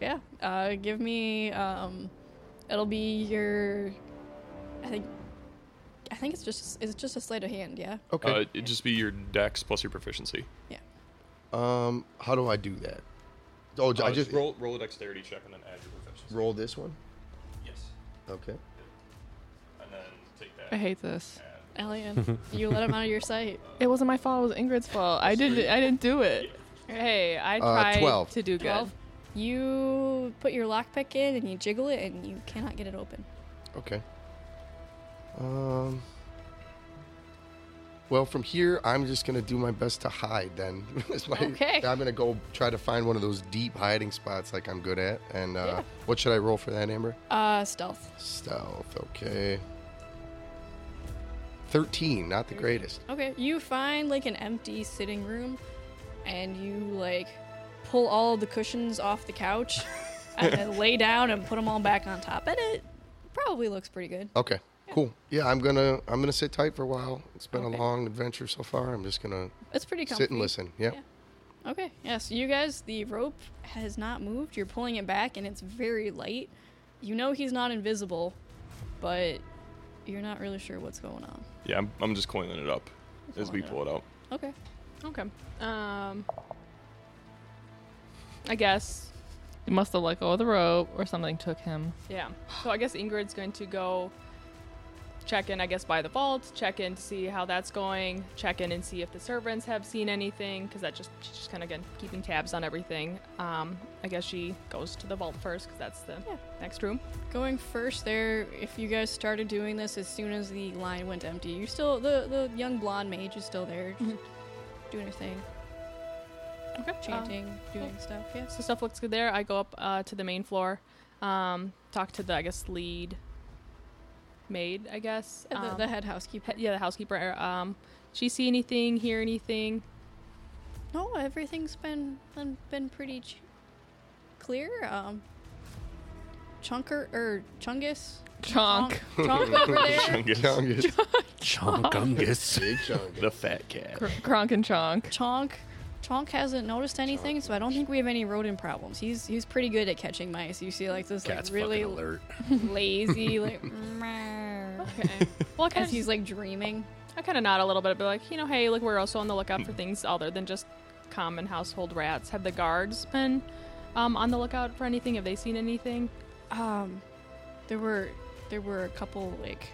Speaker 4: Yeah. Uh, give me. Um, it'll be your. I think. I think it's just it's just a sleight of hand. Yeah.
Speaker 5: Okay.
Speaker 2: Uh, it'd just be your dex plus your proficiency.
Speaker 4: Yeah.
Speaker 5: um, how do I do that? Oh, I just roll
Speaker 2: uh, roll roll a dexterity check and then add your proficiency.
Speaker 5: roll this one.
Speaker 2: Yes,
Speaker 5: Okay.
Speaker 2: and then take
Speaker 6: I
Speaker 2: that.
Speaker 6: hate this.
Speaker 4: Alien, you let him out of your sight.
Speaker 6: It wasn't my fault. It was Ingrid's fault. I didn't. I didn't do it. Hey, I
Speaker 5: Uh,
Speaker 6: tried
Speaker 5: 12.
Speaker 6: to do good.
Speaker 4: Twelve. You put your lockpick in and you jiggle it and you cannot get it open.
Speaker 5: Okay. Um. Well, from here, I'm just gonna do my best to hide. Then, It's my-
Speaker 4: Okay.
Speaker 5: I'm gonna go try to find one of those deep hiding spots like I'm good at. And uh,
Speaker 4: Yeah.
Speaker 5: what should I roll for that, Amber?
Speaker 4: Uh, stealth.
Speaker 5: Stealth. Okay. Thirteen. Not the greatest.
Speaker 4: Okay. You find like an empty sitting room, and you like pull all the cushions off the couch, and then lay down and put them all back on top. And it probably looks pretty good.
Speaker 5: Okay. Cool. Yeah, I'm gonna I'm gonna sit tight for a while. It's been
Speaker 4: Okay.
Speaker 5: a long adventure so far. I'm just gonna
Speaker 4: It's pretty comfy.
Speaker 5: sit and listen. Yep.
Speaker 4: Yeah. Okay. Yeah. So you guys, the rope has not moved. You're pulling it back, and it's very light. You know he's not invisible, but you're not really sure what's going on.
Speaker 2: Yeah, I'm, I'm just coiling it up as we
Speaker 4: Coiling it
Speaker 2: pull it out.
Speaker 4: Okay.
Speaker 3: Okay. Um,
Speaker 6: I guess he must have let go of the rope or something took him.
Speaker 3: yeah. So I guess Ingrid's going to go check in, I guess, by the vault, check in to see how that's going, check in and see if the servants have seen anything, because that just, she's just kind of again keeping tabs on everything. Um, I guess she goes to the vault first, because that's the
Speaker 4: Yeah.
Speaker 3: next room.
Speaker 4: Going first there, if you guys started doing this as soon as the line went empty, you're still the the young blonde mage is still there, just doing her thing,
Speaker 3: Okay.
Speaker 4: chanting, doing stuff. Yes.
Speaker 3: So stuff looks good there. I go up uh, to the main floor, um, talk to the I guess lead maid. I guess
Speaker 4: Yeah, the,
Speaker 3: Um,
Speaker 4: the head housekeeper.
Speaker 3: he- yeah, the housekeeper. Um, she see anything, hear anything?
Speaker 4: No, everything's been been, been pretty ch- clear. Um, Chunker or Chungus,
Speaker 6: Chonk.
Speaker 4: Chonk, Chonk over there.
Speaker 2: Chungus.
Speaker 1: Chonkungus.
Speaker 5: Big chunk.
Speaker 2: The fat cat.
Speaker 6: Cr- Kronk and Chonk.
Speaker 4: Chonk, Chonk hasn't noticed anything, so I don't think we have any rodent problems. He's he's pretty good at catching mice. You see, like this like
Speaker 1: Cat's
Speaker 4: really
Speaker 1: fucking alert.
Speaker 4: lazy, like meow,
Speaker 3: Okay. well, I kind
Speaker 4: as
Speaker 3: of
Speaker 4: he's like dreaming.
Speaker 3: I kind of nod a little bit, but like you know, hey, like we're also on the lookout for things other than just common household rats. Have the guards been um, on the lookout for anything? Have they seen anything?
Speaker 4: Um, there were there were a couple like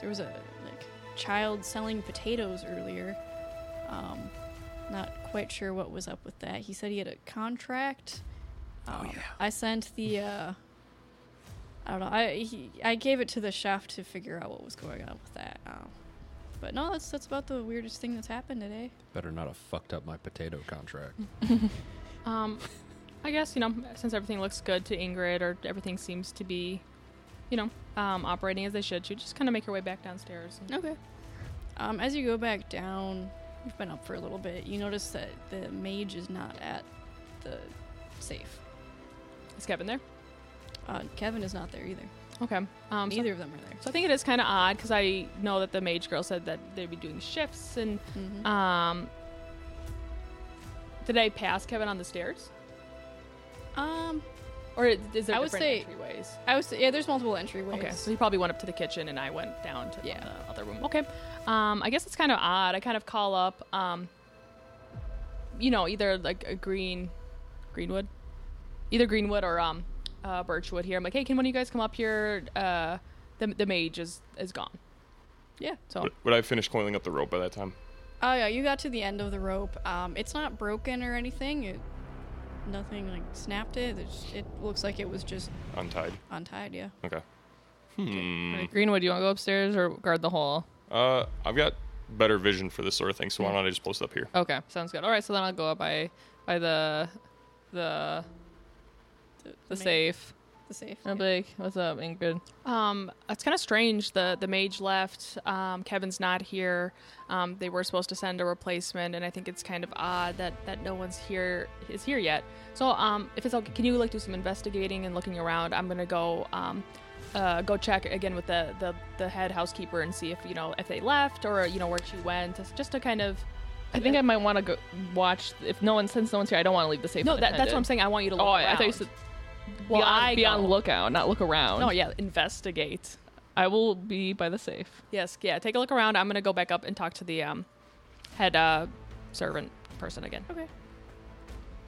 Speaker 4: there was a like child selling potatoes earlier. Um, not quite sure what was up with that. He said he had a contract. Um,
Speaker 1: yeah.
Speaker 4: I sent the uh, I don't know. I he, I gave it to the chef to figure out what was going on with that. Um, but no, that's that's about the weirdest thing that's happened today.
Speaker 1: Better not have fucked up my potato contract.
Speaker 3: Um, I guess you know since everything looks good to Ingrid, or everything seems to be, you know, um, operating as they should. She just kind of make her way back downstairs. and-
Speaker 4: Okay. Um, as you go back down, you've been up for a little bit. You notice that the mage is not at the safe.
Speaker 3: Is Kevin there?
Speaker 4: Uh, Kevin is not there either.
Speaker 3: Okay. Um, so-
Speaker 4: Neither of them are there.
Speaker 3: So I think it is kind of odd because I know that the mage girl said that they'd be doing shifts and
Speaker 4: Mhm.
Speaker 3: um. Did I pass Kevin on the stairs,
Speaker 4: Um,
Speaker 3: or is there
Speaker 4: I would
Speaker 3: different
Speaker 4: say-
Speaker 3: entryways?
Speaker 4: I was yeah. There's multiple entryways.
Speaker 3: Okay, so he probably went up to the kitchen and I went down to
Speaker 4: Yeah.
Speaker 3: the other room. Okay, um, I guess it's kind of odd. I kind of call up, um, you know, either like a green, greenwood, either greenwood or um, uh, birchwood here. I'm like, hey, can one of you guys come up here? Uh, the the mage is is gone.
Speaker 4: Yeah.
Speaker 3: So
Speaker 2: Would, would I have finished coiling up the rope by that time?
Speaker 4: Oh yeah. You got to the end of the rope. Um, it's not broken or anything. It, nothing like snapped it. It's, it looks like it was just
Speaker 2: Untied.
Speaker 4: untied. Yeah.
Speaker 2: Okay. Hmm.
Speaker 6: Alright, Greenwood, you want to go upstairs or guard the hall?
Speaker 2: Uh, I've got better vision for this sort of thing, so why don't I just post up here?
Speaker 6: Okay, sounds good. All right, so then I'll go up by by the the
Speaker 4: The,
Speaker 6: the
Speaker 4: ma-
Speaker 6: safe.
Speaker 4: The safe.
Speaker 6: I'll be like, "What's up, Ingrid?"
Speaker 3: Um, it's kind of strange. The the mage left. Um, Kevin's not here. Um, they were supposed to send a replacement, and I think it's kind of odd that that no one's here is here yet. So, um, if it's okay, can you like do some investigating and looking around? I'm gonna go um, uh, go check again with the, the the head housekeeper and see if you know if they left or you know where she went, just to kind of.
Speaker 6: I think I might want to go watch if no one since no one's here. I don't want to leave the safe.
Speaker 3: No, that, that's what I'm
Speaker 6: unattended.
Speaker 3: saying. I want you to look
Speaker 6: Oh,
Speaker 3: around.
Speaker 6: I thought you said
Speaker 3: Well,
Speaker 6: be on,
Speaker 3: I
Speaker 6: be on
Speaker 3: go.
Speaker 6: lookout, not look around.
Speaker 3: No, yeah, investigate.
Speaker 6: I will be by the safe.
Speaker 3: Yes, yeah. Take a look around. I'm gonna go back up and talk to the um, head uh, servant person again.
Speaker 6: Okay.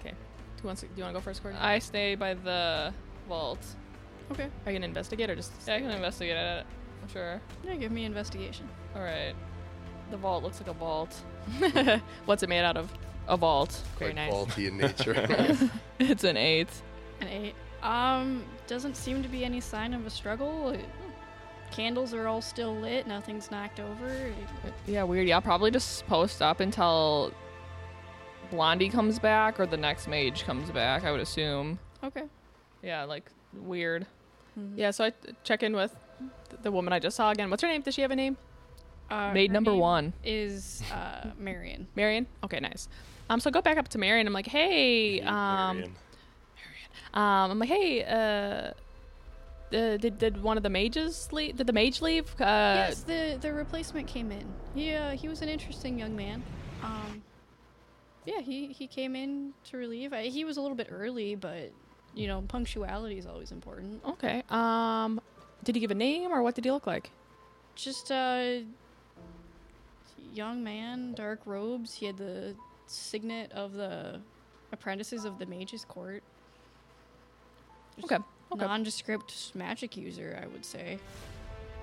Speaker 3: Okay. Who wants? To, do you want to go first, Courtney?
Speaker 6: I stay by the vault.
Speaker 4: Okay.
Speaker 3: Are you an investigator? Just
Speaker 6: Yeah, I can investigate it. I'm sure.
Speaker 4: Yeah. Give me investigation.
Speaker 6: All right.
Speaker 3: the vault looks like a vault. What's it made out of?
Speaker 6: A vault.
Speaker 3: Very
Speaker 5: Quite
Speaker 3: nice.
Speaker 5: faulty in nature.
Speaker 6: It's an eight.
Speaker 4: An eight. Um, doesn't seem to be any sign of a struggle. It- candles are all still lit. Nothing's knocked over. It-
Speaker 6: Yeah, weird. Yeah, I'll probably just post up until Blondie comes back or the next mage comes back, I would assume.
Speaker 4: okay.
Speaker 6: Yeah, like weird.
Speaker 4: Mm-hmm.
Speaker 3: Yeah. So I check in with th- the woman I just saw again. What's her name? Does she have a name?
Speaker 4: Uh,
Speaker 6: Maid
Speaker 4: her
Speaker 6: number
Speaker 4: name
Speaker 6: one.
Speaker 4: is uh, Marion.
Speaker 3: Marion. Okay, nice. Um, so I go back up to Marion. I'm like, hey, um,
Speaker 2: Marion.
Speaker 3: Um, I'm like, hey, uh, uh, did did one of the mages leave? Did the mage leave? Uh,
Speaker 4: yes, the the replacement came in. Yeah, he was an interesting young man. Um, yeah, he he came in to relieve. I, he was a little bit early, but you know, punctuality is always important.
Speaker 3: Okay. Um, did he give a name or what did he look like?
Speaker 4: Just uh, young man, dark robes. He had the signet of the apprentices of the mage's court. Just
Speaker 3: Okay. Okay.
Speaker 4: Nondescript magic user, I would say.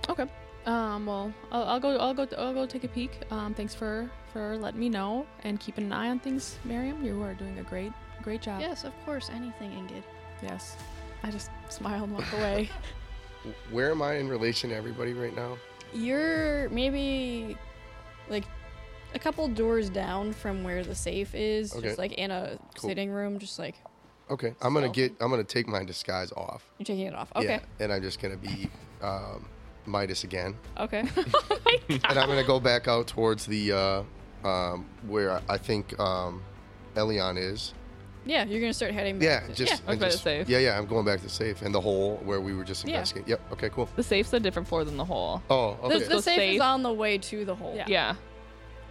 Speaker 3: Okay. Um, well, I'll, I'll go. I'll go. I'll go take a peek. Um, thanks for for letting me know and keeping an eye on things, Miriam. You are doing a great, great job.
Speaker 4: Yes, of course, anything, Ingrid.
Speaker 3: Yes. I just smile and walk away.
Speaker 5: Where am I in relation to everybody right now?
Speaker 4: You're maybe like a couple doors down from where the safe is,
Speaker 5: Okay.
Speaker 4: just like in a
Speaker 5: Cool.
Speaker 4: sitting room, just like
Speaker 5: Okay, I'm gonna
Speaker 4: Stealth.
Speaker 5: get. I'm gonna take my disguise off.
Speaker 4: you're taking it off.
Speaker 5: Yeah,
Speaker 4: Okay.
Speaker 5: and I'm just gonna be um, Midas again,
Speaker 4: Okay.
Speaker 5: and I'm gonna go back out towards the uh, um, where I- I think um, Elion is.
Speaker 4: yeah, you're gonna start heading back.
Speaker 5: Yeah,
Speaker 4: to-
Speaker 5: just.
Speaker 6: I was
Speaker 5: and
Speaker 6: by the
Speaker 5: just-
Speaker 6: safe.
Speaker 5: Yeah, yeah. I'm going back to the safe and the hole where we were just
Speaker 4: Yeah.
Speaker 5: investigating. Yep. Okay. Cool.
Speaker 6: The safe's a different floor than the hall.
Speaker 5: Oh.
Speaker 4: The,
Speaker 5: Okay.
Speaker 4: the
Speaker 6: So
Speaker 4: safe, is
Speaker 6: safe.
Speaker 4: on the way to the hole.
Speaker 3: Yeah.
Speaker 6: Yeah.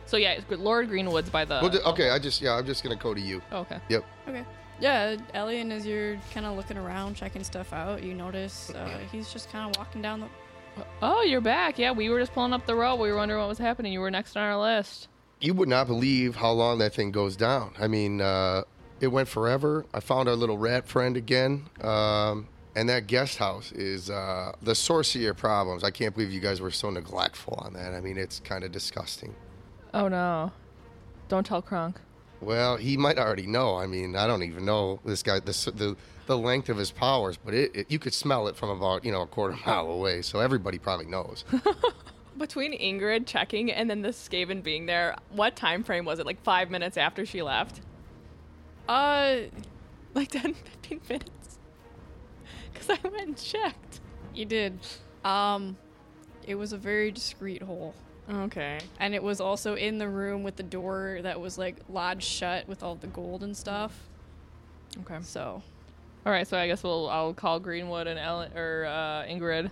Speaker 6: So yeah, it's Lord Greenwood's by the.
Speaker 5: We'll do- okay. I just. Yeah. I'm just gonna go to you.
Speaker 6: Oh, okay.
Speaker 5: Yep.
Speaker 4: Okay. Yeah, Elian, as you're kind of looking around, checking stuff out, you notice uh, he's just kind of walking down the.
Speaker 6: Oh, you're back. Yeah, we were just pulling up the rope. We were wondering what was happening. You were next on our list.
Speaker 5: you would not believe how long that thing goes down. I mean, uh, it went forever. I found our little rat friend again. Um, and that guest house is uh, the source of your problems. I can't believe you guys were so neglectful on that. I mean, it's kind of disgusting.
Speaker 6: Oh no. Don't tell Kronk.
Speaker 5: Well, he might already know. I mean, I don't even know this guy the s- the, the length of his powers, but it, it you could smell it from about you know a quarter mile away. So everybody probably knows.
Speaker 3: Between Ingrid checking and then the Skaven being there, what time frame was it? Like five minutes after she left?
Speaker 4: Uh,
Speaker 3: Like 10, 15 minutes? Because I went and checked.
Speaker 4: you did. Um, it was a very discreet hole.
Speaker 3: Okay.
Speaker 4: And it was also in the room with the door that was like lodged shut with all the gold and stuff.
Speaker 6: Okay.
Speaker 4: So,
Speaker 6: All right, so I guess we'll I'll call Greenwood and Ellen or uh, Ingrid.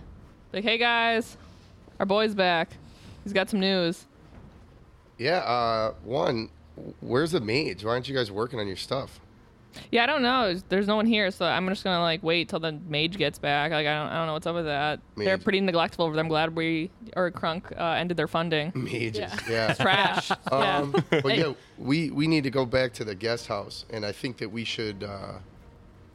Speaker 6: Like, hey guys, our boy's back. He's got some news.
Speaker 5: yeah. Uh, one, where's the mage? Why aren't you guys working on your stuff?
Speaker 6: Yeah, I don't know. There's no one here, so I'm just gonna like wait till the mage gets back. Like, I don't I don't know what's up with that. They're
Speaker 5: Mage.
Speaker 6: pretty neglectful over them. I'm glad we or Crunk uh, ended their funding.
Speaker 5: Mages.
Speaker 3: Yeah.
Speaker 5: yeah.
Speaker 6: Trash.
Speaker 5: Um, But yeah, we, we need to go back to the guest house, and I think that we should uh,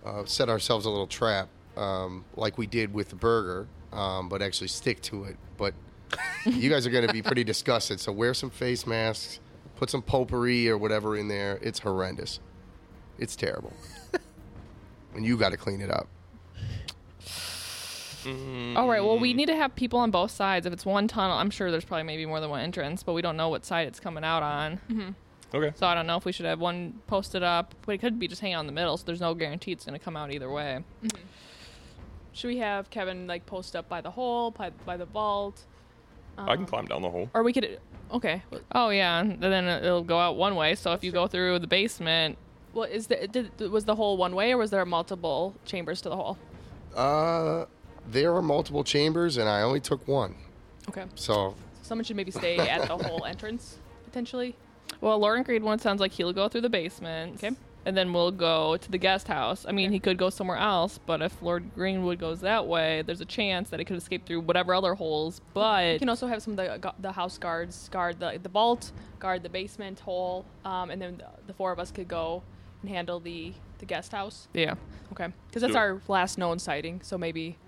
Speaker 5: uh, set ourselves a little trap, um, like we did with the burger, um, but actually stick to it. But you guys are going to be pretty disgusted, so wear some face masks, put some potpourri or whatever in there. It's horrendous. It's terrible. and you got to clean it up.
Speaker 6: All right. Well, we need to have people on both sides. If it's one tunnel, I'm sure there's probably maybe more than one entrance, but we don't know what side it's coming out on.
Speaker 2: Okay.
Speaker 6: So I don't know if we should have one posted up. But it could be just hanging out in the middle, so there's no guarantee it's going to come out either way.
Speaker 3: Mm-hmm. Should we have Kevin like post up by the hole, by, by the vault?
Speaker 2: I can climb down the hole.
Speaker 3: Or we could. Okay.
Speaker 6: Oh yeah, and then it'll go out one way. So if you go through the basement,
Speaker 3: Well, is the, did, was the hole one way or was there multiple chambers to the hole?
Speaker 5: Uh, there are multiple chambers, and I only took one.
Speaker 3: Okay.
Speaker 5: So
Speaker 3: Someone should maybe stay at the hole entrance, potentially.
Speaker 6: well, Lauren Green one sounds like he'll go through the basement.
Speaker 3: Okay.
Speaker 6: And then we'll go to the guest house. I mean, he could go somewhere else, but if Lord Greenwood goes that way, there's a chance that he could escape through whatever other holes.
Speaker 3: You
Speaker 6: But
Speaker 3: can also have some of the, gu- the house guards guard the, the vault, guard the basement hole, um, and then the, the four of us could go and handle the, the guest house.
Speaker 6: yeah,
Speaker 3: Okay. Because that's
Speaker 2: Do it.
Speaker 3: our last known sighting, so maybe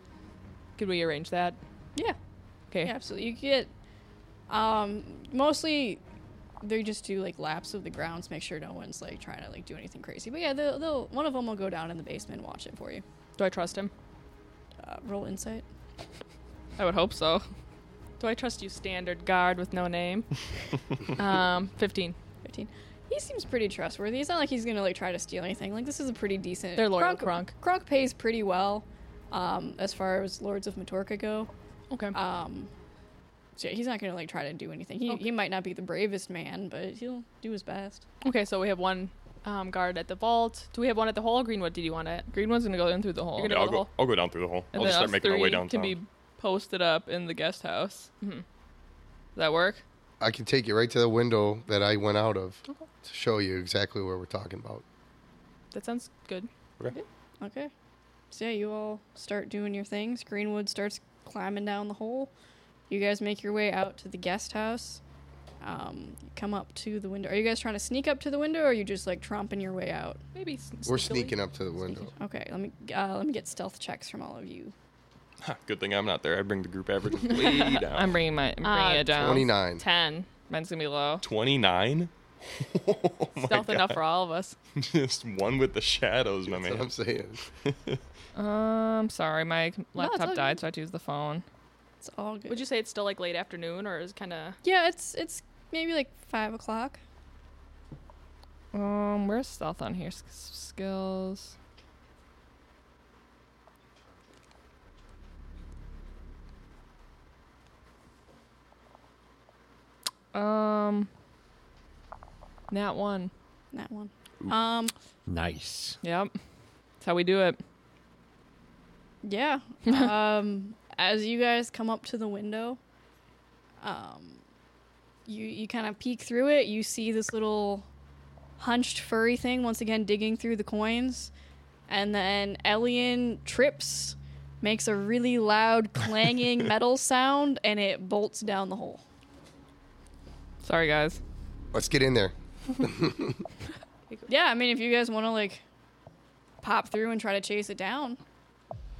Speaker 3: could we arrange that?
Speaker 4: yeah.
Speaker 3: Okay.
Speaker 4: Yeah, absolutely. You get um mostly they just do like laps of the grounds, make sure no one's like trying to like do anything crazy. But yeah, they'll, they'll one of them will go down in the basement and watch it for you.
Speaker 3: Do I trust him?
Speaker 4: Uh, roll insight.
Speaker 6: I would hope so.
Speaker 3: Do I trust you, standard guard with no name? um, 15.
Speaker 4: 15. He seems pretty trustworthy. It's not like he's going to like try to steal anything. Like this is a pretty decent.
Speaker 3: They're loyal,
Speaker 4: Kronk, Kronk pays pretty well um as far as Lords of Matorka go.
Speaker 3: Okay.
Speaker 4: Um so yeah, he's not going to like try to do anything. He
Speaker 3: Okay.
Speaker 4: he might not be the bravest man, but he'll do his best.
Speaker 3: okay, so we have one um, guard at the vault. Do we have one at the hole? Greenwood, did you want it?
Speaker 6: Greenwood's gonna go in through the hole.
Speaker 3: You're gonna
Speaker 2: Yeah, I'll
Speaker 3: the hole.
Speaker 2: go. I'll go down through the hole.
Speaker 6: and
Speaker 2: I'll
Speaker 6: then
Speaker 2: just start
Speaker 6: us
Speaker 2: making my
Speaker 6: three
Speaker 2: way down.
Speaker 6: can be posted up in the guest house. Mm-hmm. Does that work?
Speaker 5: I can take you right to the window that I went out of to show you exactly where we're talking about.
Speaker 3: That sounds good.
Speaker 4: Okay. So yeah, you all start doing your things. Greenwood starts climbing down the hole. You guys make your way out to the guest house. Um, you come up to the window. Are you guys trying to sneak up to the window, or are you just like tromping your way out?
Speaker 3: Maybe
Speaker 5: We're sneaking up to the window.
Speaker 4: Okay, let me uh, let me get stealth checks from all of you.
Speaker 2: Good thing I'm not there. I bring the group average way down.
Speaker 6: I'm bringing my I'm bringing
Speaker 3: Uh,
Speaker 6: it down.
Speaker 5: 29.
Speaker 6: Ten. Mine's gonna be low.
Speaker 2: 29. oh my
Speaker 3: Stealth
Speaker 2: God.
Speaker 3: enough for all of us.
Speaker 2: Just one with the shadows, my
Speaker 5: That's what
Speaker 2: man.
Speaker 5: I'm saying.
Speaker 6: Um, sorry, my c-
Speaker 4: it's
Speaker 6: laptop
Speaker 4: all
Speaker 6: died,
Speaker 4: good.
Speaker 6: so I had to use the phone.
Speaker 4: It's all good.
Speaker 3: Would you say it's still like late afternoon or is kind of
Speaker 4: yeah, it's it's maybe like five o'clock.
Speaker 6: Um, where's stealth on here? S- skills. Um, that one.
Speaker 4: That one. Um,
Speaker 1: Nice.
Speaker 6: Yep, that's how we do it.
Speaker 4: Yeah. um, as you guys come up to the window, um, you you kind of peek through it. You see this little hunched furry thing once again digging through the coins, and then Elian trips, makes a really loud clanging metal sound, and it bolts down the hole.
Speaker 6: Sorry, guys.
Speaker 5: Let's get in there.
Speaker 4: Yeah, I mean, if you guys want to like pop through and try to chase it down,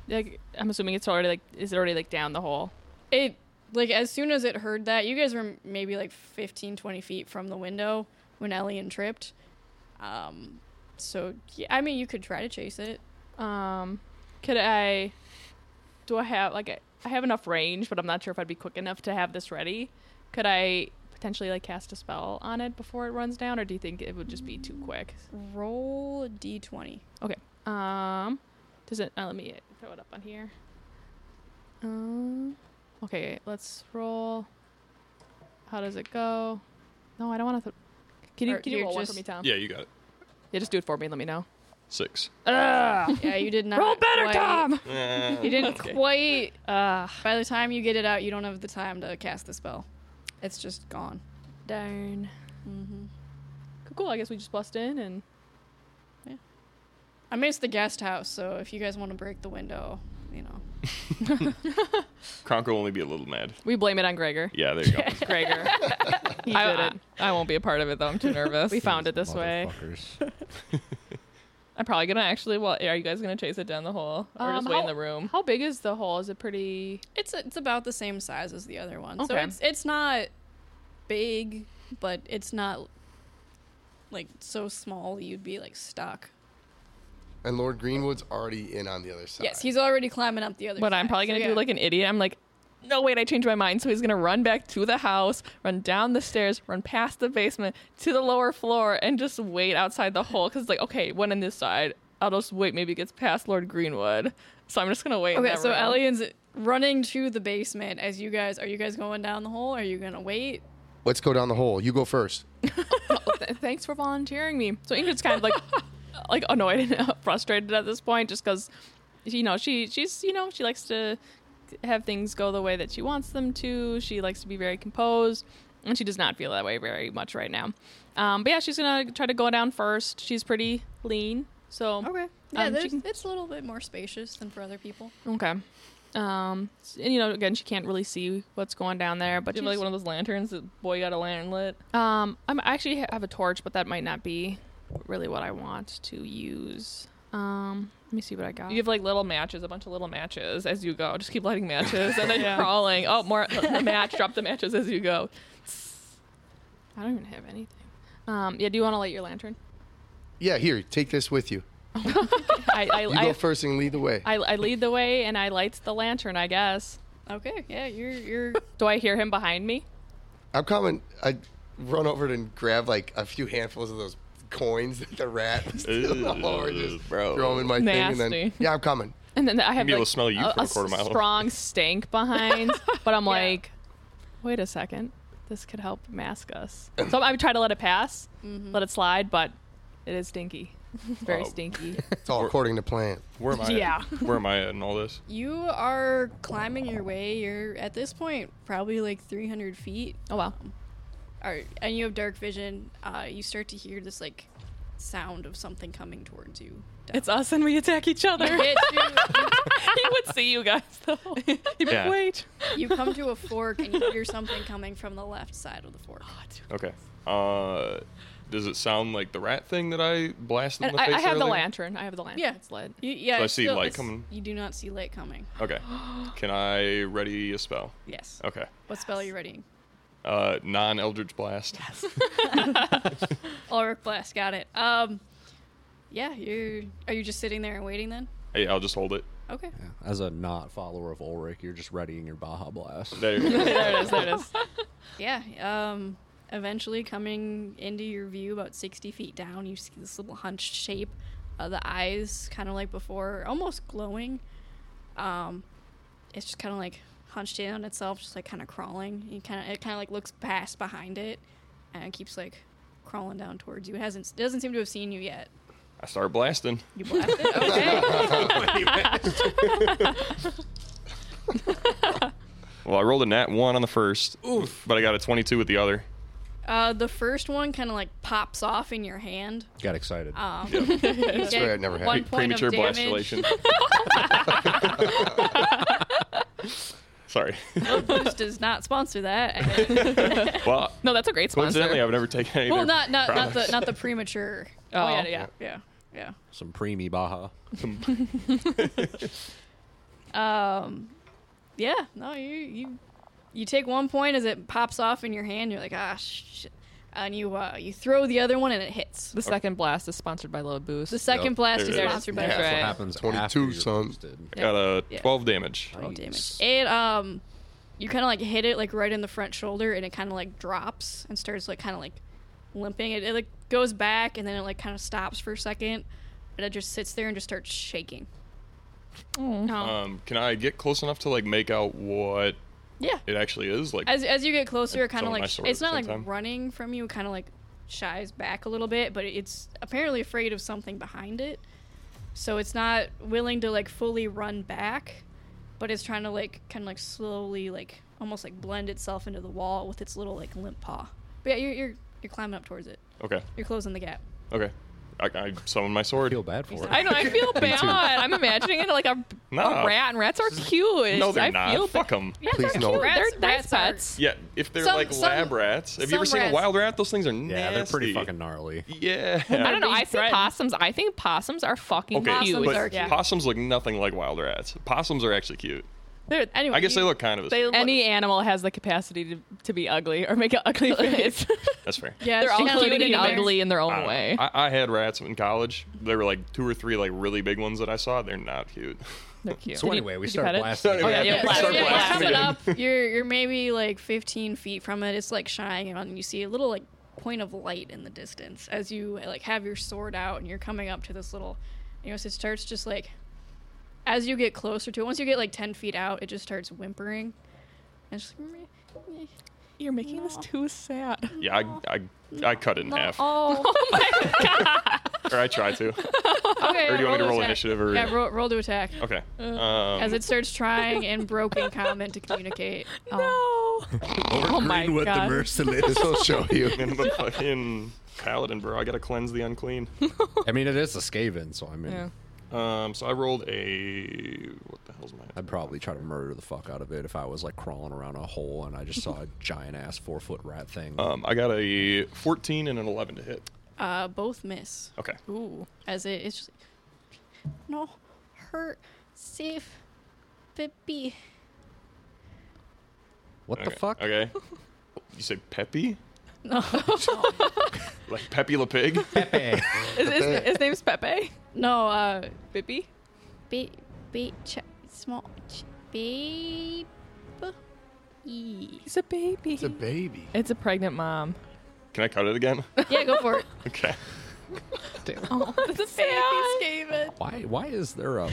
Speaker 3: Like, I'm assuming it's already like, is it already like down the hole?
Speaker 4: it like as soon as it heard that, you guys were maybe like 15, 20 feet from the window when Elian tripped. Um, so yeah, I mean, you could try to chase it.
Speaker 3: Um, could I? Do I have like I I have enough range, but I'm not sure if I'd be quick enough to have this ready. Could I potentially like cast a spell on it before it runs down, or do you think it would just be too quick?
Speaker 4: Roll a d20.
Speaker 3: Okay. Um, does it? Uh, let me throw it up on here. Um, okay. Let's roll. How does it go? No, I don't want to. Th- can you
Speaker 4: Or
Speaker 3: can you
Speaker 4: you're
Speaker 3: roll one for
Speaker 4: just-
Speaker 3: me, Tom?
Speaker 2: Yeah, you got it.
Speaker 3: Yeah, just do it for me. and Let me know.
Speaker 2: Six.
Speaker 3: Ugh.
Speaker 4: Yeah, you did not.
Speaker 3: roll better,
Speaker 4: quite-
Speaker 3: Tom.
Speaker 2: Eh,
Speaker 4: You didn't quite.
Speaker 3: Ugh.
Speaker 4: By the time you get it out, you don't have the time to cast the spell. It's just gone.
Speaker 3: Darn.
Speaker 4: Mm-hmm.
Speaker 3: Cool. I guess we just bust in and
Speaker 4: I mean, it's the guest house, so if you guys want to break the window, you know.
Speaker 2: Kronk will only be a little mad.
Speaker 3: we blame it on Gregor.
Speaker 2: Yeah, there you go.
Speaker 3: Gregor. I, I, I won't be a part of it though. I'm too nervous. we found it this way.
Speaker 1: Motherfuckers.
Speaker 3: I'm probably gonna actually. Well, are you guys gonna chase it down the hole or
Speaker 6: Um,
Speaker 3: just wait
Speaker 6: how-
Speaker 3: in the room?
Speaker 6: How big is the hole? Is it pretty?
Speaker 4: It's it's about the same size as the other one.
Speaker 3: Okay.
Speaker 4: So it's it's not big, but it's not like so small that you'd be like stuck.
Speaker 5: And Lord Greenwood's already in on the other side.
Speaker 4: Yes, he's already climbing up the other
Speaker 3: But I'm
Speaker 4: side,
Speaker 3: probably
Speaker 4: so
Speaker 3: gonna do
Speaker 4: yeah.
Speaker 3: like an idiot. I'm like, no, wait, I changed my mind. So he's gonna run back to the house, run down the stairs, run past the basement to the lower floor, and just wait outside the hole. Cause like, okay, one on this side. I'll just wait. Maybe it gets past Lord Greenwood. So I'm just gonna wait. in
Speaker 4: Okay,
Speaker 3: that
Speaker 4: so
Speaker 3: room.
Speaker 4: Elian's running to the basement as you guys are you guys going down the hole? Are you gonna wait?
Speaker 5: Let's go down the hole. You go first.
Speaker 6: Th- thanks for volunteering me.
Speaker 3: So Ingrid's kind of like, like annoyed and frustrated at this point, just because, you know, she she's you know she likes to have things go the way that she wants them to. She likes to be very composed, and she does not feel that way very much right now. Um, but yeah, she's gonna try to go down first. She's pretty lean, so
Speaker 4: Okay. Yeah,
Speaker 3: Um, she
Speaker 4: there's,
Speaker 3: can-
Speaker 4: it's a little bit more spacious than for other people.
Speaker 3: okay.
Speaker 6: Um, s- and you know, again, she can't really see what's going down there, but
Speaker 3: Do you have
Speaker 6: she's-
Speaker 3: like one of those lanterns? That boy got a lantern lit.
Speaker 6: um, I'm, I actually ha- have a torch, but that might not be really what I want to use. Um, let me see what I got.
Speaker 3: You have like little matches, a bunch of little matches as you go. Just keep lighting matches and then crawling. Oh, more the match. Drop the matches as you go.
Speaker 6: I don't even have anything. Um, yeah, do you want to light your lantern?
Speaker 5: Yeah, here, take this with you.
Speaker 6: I, I,
Speaker 5: You
Speaker 6: I,
Speaker 5: go first and lead the way.
Speaker 6: I, I lead the way and I light the lantern, I guess.
Speaker 4: Okay, yeah, you're you're
Speaker 6: Do I hear him behind me?
Speaker 5: I'm coming. I run over and grab like a few handfuls of those coins that the rat was still all over, Oh, just
Speaker 2: bro.
Speaker 5: throw them in my thing, and then
Speaker 3: Nasty.
Speaker 5: yeah, I'm coming.
Speaker 6: And then I have
Speaker 2: be able
Speaker 6: like,
Speaker 2: to smell you
Speaker 6: a,
Speaker 2: from a
Speaker 6: a
Speaker 2: quarter mile.
Speaker 6: strong stank behind, but I'm like, wait a second, this could help mask us. So I would try to let it pass,
Speaker 4: Mm-hmm.
Speaker 6: let it slide, but it is stinky. It's very
Speaker 2: Wow.
Speaker 6: stinky.
Speaker 5: It's all according to plan.
Speaker 2: Where am I?
Speaker 6: Yeah.
Speaker 2: Where am I at in all this?
Speaker 4: you are climbing your way. You're at this point probably like 300 feet
Speaker 6: Oh well.
Speaker 4: Or and you have dark vision, uh, you start to hear this like sound of something coming towards you. down.
Speaker 3: It's us and we attack each other. he
Speaker 4: It- you,
Speaker 3: would see you guys though. He'd be like,
Speaker 2: Yeah.
Speaker 3: wait.
Speaker 4: you come to a fork and you hear something coming from the left side of the fork.
Speaker 2: Okay. Uh, does it sound like the rat thing that I blasted in
Speaker 6: And
Speaker 2: the
Speaker 6: I,
Speaker 2: face
Speaker 6: I have the
Speaker 2: earlier?
Speaker 6: lantern. I have the lantern.
Speaker 4: Yeah.
Speaker 6: It's lit.
Speaker 4: You, yeah,
Speaker 2: So I
Speaker 4: it's
Speaker 2: see
Speaker 4: still-
Speaker 2: light
Speaker 4: it's-
Speaker 2: coming.
Speaker 4: You do not see light coming.
Speaker 2: Okay. Can I ready a spell?
Speaker 4: Yes.
Speaker 2: Okay.
Speaker 4: What spell are you readying?
Speaker 2: Uh, non Eldritch Blast.
Speaker 4: Ulrich Blast, got it. Um, yeah, you're. Are you just sitting there and waiting then?
Speaker 2: Hey, I'll just hold it.
Speaker 4: Okay.
Speaker 1: Yeah, As a not follower of Ulrich, you're just readying your Baja Blast.
Speaker 2: There you go.
Speaker 3: There it is. There it is.
Speaker 4: Yeah. Um, eventually, coming into your view about 60 feet down, you see this little hunched shape. Uh, the eyes, kind of like before, almost glowing. Um, it's just kind of like hunched in on itself, just like kind of crawling. You kind of it kind of like looks past behind it, and it keeps like crawling down towards you. It hasn't doesn't seem to have seen you yet.
Speaker 2: I start blasting.
Speaker 4: You blast it. Okay.
Speaker 2: Well, I rolled a nat one on the first, but I got a 22 with the other.
Speaker 4: uh, the first one kind of like pops off in your hand.
Speaker 1: Got excited.
Speaker 4: Um,
Speaker 5: That's right. It never
Speaker 4: one
Speaker 5: happened.
Speaker 4: point
Speaker 2: Premature
Speaker 4: of damage.
Speaker 2: blastulation. Sorry.
Speaker 4: Boost does not sponsor that.
Speaker 2: well,
Speaker 6: No, that's a great sponsor.
Speaker 2: coincidentally, I've never taken any. of
Speaker 4: well,
Speaker 2: their
Speaker 4: not not not the
Speaker 2: products.
Speaker 4: not the premature.
Speaker 6: Oh,
Speaker 3: yeah,
Speaker 6: yeah, yeah.
Speaker 4: Yeah, yeah.
Speaker 1: Some preemie Baja.
Speaker 4: Um, yeah. No, you you you take one point as it pops off in your hand. You're like, ah, shit. And you uh, you throw the other one and it hits.
Speaker 6: The second blast is sponsored by Low Boost.
Speaker 4: The second blast
Speaker 2: there
Speaker 4: is
Speaker 2: it is.
Speaker 4: sponsored by
Speaker 6: That's
Speaker 4: Fred.
Speaker 6: right.
Speaker 1: Happens
Speaker 5: 22
Speaker 1: after you're
Speaker 5: son.
Speaker 1: boosted.
Speaker 2: I got a
Speaker 4: Yeah.
Speaker 2: 12 damage.
Speaker 4: Oh, damn it.
Speaker 1: Nice.
Speaker 4: It um you kind of like hit it like right in the front shoulder and it kind of like drops and starts like kind of like limping. It, it like goes back and then it like kind of stops for a second and it just sits there and just starts shaking. Oh.
Speaker 2: Um, can I get close enough to like make out what
Speaker 4: Yeah.
Speaker 2: it actually is? Like,
Speaker 4: As as you get closer, it kind
Speaker 2: on
Speaker 4: of
Speaker 2: my
Speaker 4: like sh-
Speaker 2: sword at
Speaker 4: it's
Speaker 2: the
Speaker 4: not
Speaker 2: same
Speaker 4: like
Speaker 2: time.
Speaker 4: running from you, kind of like shies back a little bit, but it's apparently afraid of something behind it. So it's not willing to like fully run back, but it's trying to like kind of like slowly like almost like blend itself into the wall with its little like limp paw. But yeah, you're you're you're climbing up towards it.
Speaker 2: okay,
Speaker 4: You're closing the gap.
Speaker 2: okay. I, I summon my sword.
Speaker 1: Feel bad for
Speaker 6: I
Speaker 1: it.
Speaker 6: know. I feel bad. I'm imagining it like a,
Speaker 2: Nah.
Speaker 6: a rat, and rats are cute.
Speaker 2: Oh. No, they're
Speaker 6: I
Speaker 2: not.
Speaker 6: Feel
Speaker 2: Fuck
Speaker 6: bad.
Speaker 2: them.
Speaker 6: Rats
Speaker 5: Please
Speaker 6: are
Speaker 5: no.
Speaker 6: cute.
Speaker 4: Rats-
Speaker 6: they're nice
Speaker 4: rats are-
Speaker 6: pets.
Speaker 2: Yeah, if they're
Speaker 4: Some-
Speaker 2: like
Speaker 4: some-
Speaker 2: lab rats. Have you ever
Speaker 4: some
Speaker 2: seen
Speaker 4: rats-
Speaker 2: a wild rat? Those things are nasty.
Speaker 1: Yeah, they're pretty fucking gnarly.
Speaker 2: Yeah.
Speaker 6: I don't know. I see
Speaker 3: threatened.
Speaker 6: possums. I think possums are fucking
Speaker 2: Okay,
Speaker 6: cute.
Speaker 2: but
Speaker 4: are cute.
Speaker 2: possums look nothing like wild rats. Possums are actually cute.
Speaker 4: There, anyway,
Speaker 2: I guess
Speaker 4: you-
Speaker 2: they look kind of.
Speaker 4: They
Speaker 2: As,
Speaker 4: look,
Speaker 6: Any animal has the capacity to, to be ugly or make an ugly face.
Speaker 2: that's fair.
Speaker 4: yeah,
Speaker 6: they're
Speaker 4: it's
Speaker 6: all
Speaker 4: kinda
Speaker 6: cute
Speaker 4: in
Speaker 6: and
Speaker 4: there.
Speaker 6: ugly in their own
Speaker 2: I, don't know.
Speaker 6: way.
Speaker 2: I, I had rats in college. There were like two or three like really big ones that I saw. They're not cute.
Speaker 6: they're cute.
Speaker 1: So
Speaker 6: Did you-
Speaker 1: anyway, we
Speaker 6: did you
Speaker 1: start
Speaker 6: pet it?
Speaker 1: blasting.
Speaker 2: Oh, yeah,
Speaker 1: it.
Speaker 2: yeah,
Speaker 4: Yeah,
Speaker 6: blast
Speaker 4: so
Speaker 6: it,
Speaker 4: yeah,
Speaker 6: blast
Speaker 4: you
Speaker 6: it.
Speaker 4: have it up. You're you're maybe like 15 feet from it. It's like shining on, and you see a little like point of light in the distance as you like have your sword out and you're coming up to this little. You know, so it starts just like as you get closer to it. Once you get like 10 feet out, it just starts whimpering. And it's just like, "Meh, meh,
Speaker 6: You're making this too sad.
Speaker 2: Yeah, I I, I cut it in
Speaker 4: no,
Speaker 2: half,
Speaker 4: Oh,
Speaker 2: or I try to.
Speaker 4: okay.
Speaker 2: Or do you want me to roll
Speaker 4: attack.
Speaker 2: initiative or-
Speaker 4: yeah, roll, roll to attack
Speaker 2: Okay. Um,
Speaker 4: as it starts trying and broken comment to communicate. Oh.
Speaker 6: No.
Speaker 1: Oh
Speaker 6: my Greenwood the God.
Speaker 5: This will show you.
Speaker 2: I'm a fucking paladin, bro. I gotta cleanse the unclean.
Speaker 1: I mean, it is a Skaven, so I mean,
Speaker 6: Yeah.
Speaker 2: Um, so I rolled a what the hell's my?
Speaker 1: I'd probably try to murder the fuck out of it if I was like crawling around a hole and I just saw a giant ass four foot rat thing.
Speaker 2: Um, I got a 14 and an 11 to hit.
Speaker 4: Uh, both miss.
Speaker 2: Okay.
Speaker 6: Ooh.
Speaker 4: as it it's just no hurt save baby
Speaker 1: what the
Speaker 2: Okay.
Speaker 1: fuck?
Speaker 2: Okay. You say Peppy?
Speaker 4: no
Speaker 2: Like Peppy Le Pig?
Speaker 1: Pepe.
Speaker 6: His, his, his name's Pepe.
Speaker 4: no uh
Speaker 6: Bippy.
Speaker 4: ba- ba- ch- small ch- babe E.
Speaker 6: He's a baby.
Speaker 5: It's a baby.
Speaker 6: It's a pregnant mom.
Speaker 2: Can I cut it again?
Speaker 4: yeah go for it
Speaker 2: Okay.
Speaker 6: This is sad.
Speaker 1: why? Why is there a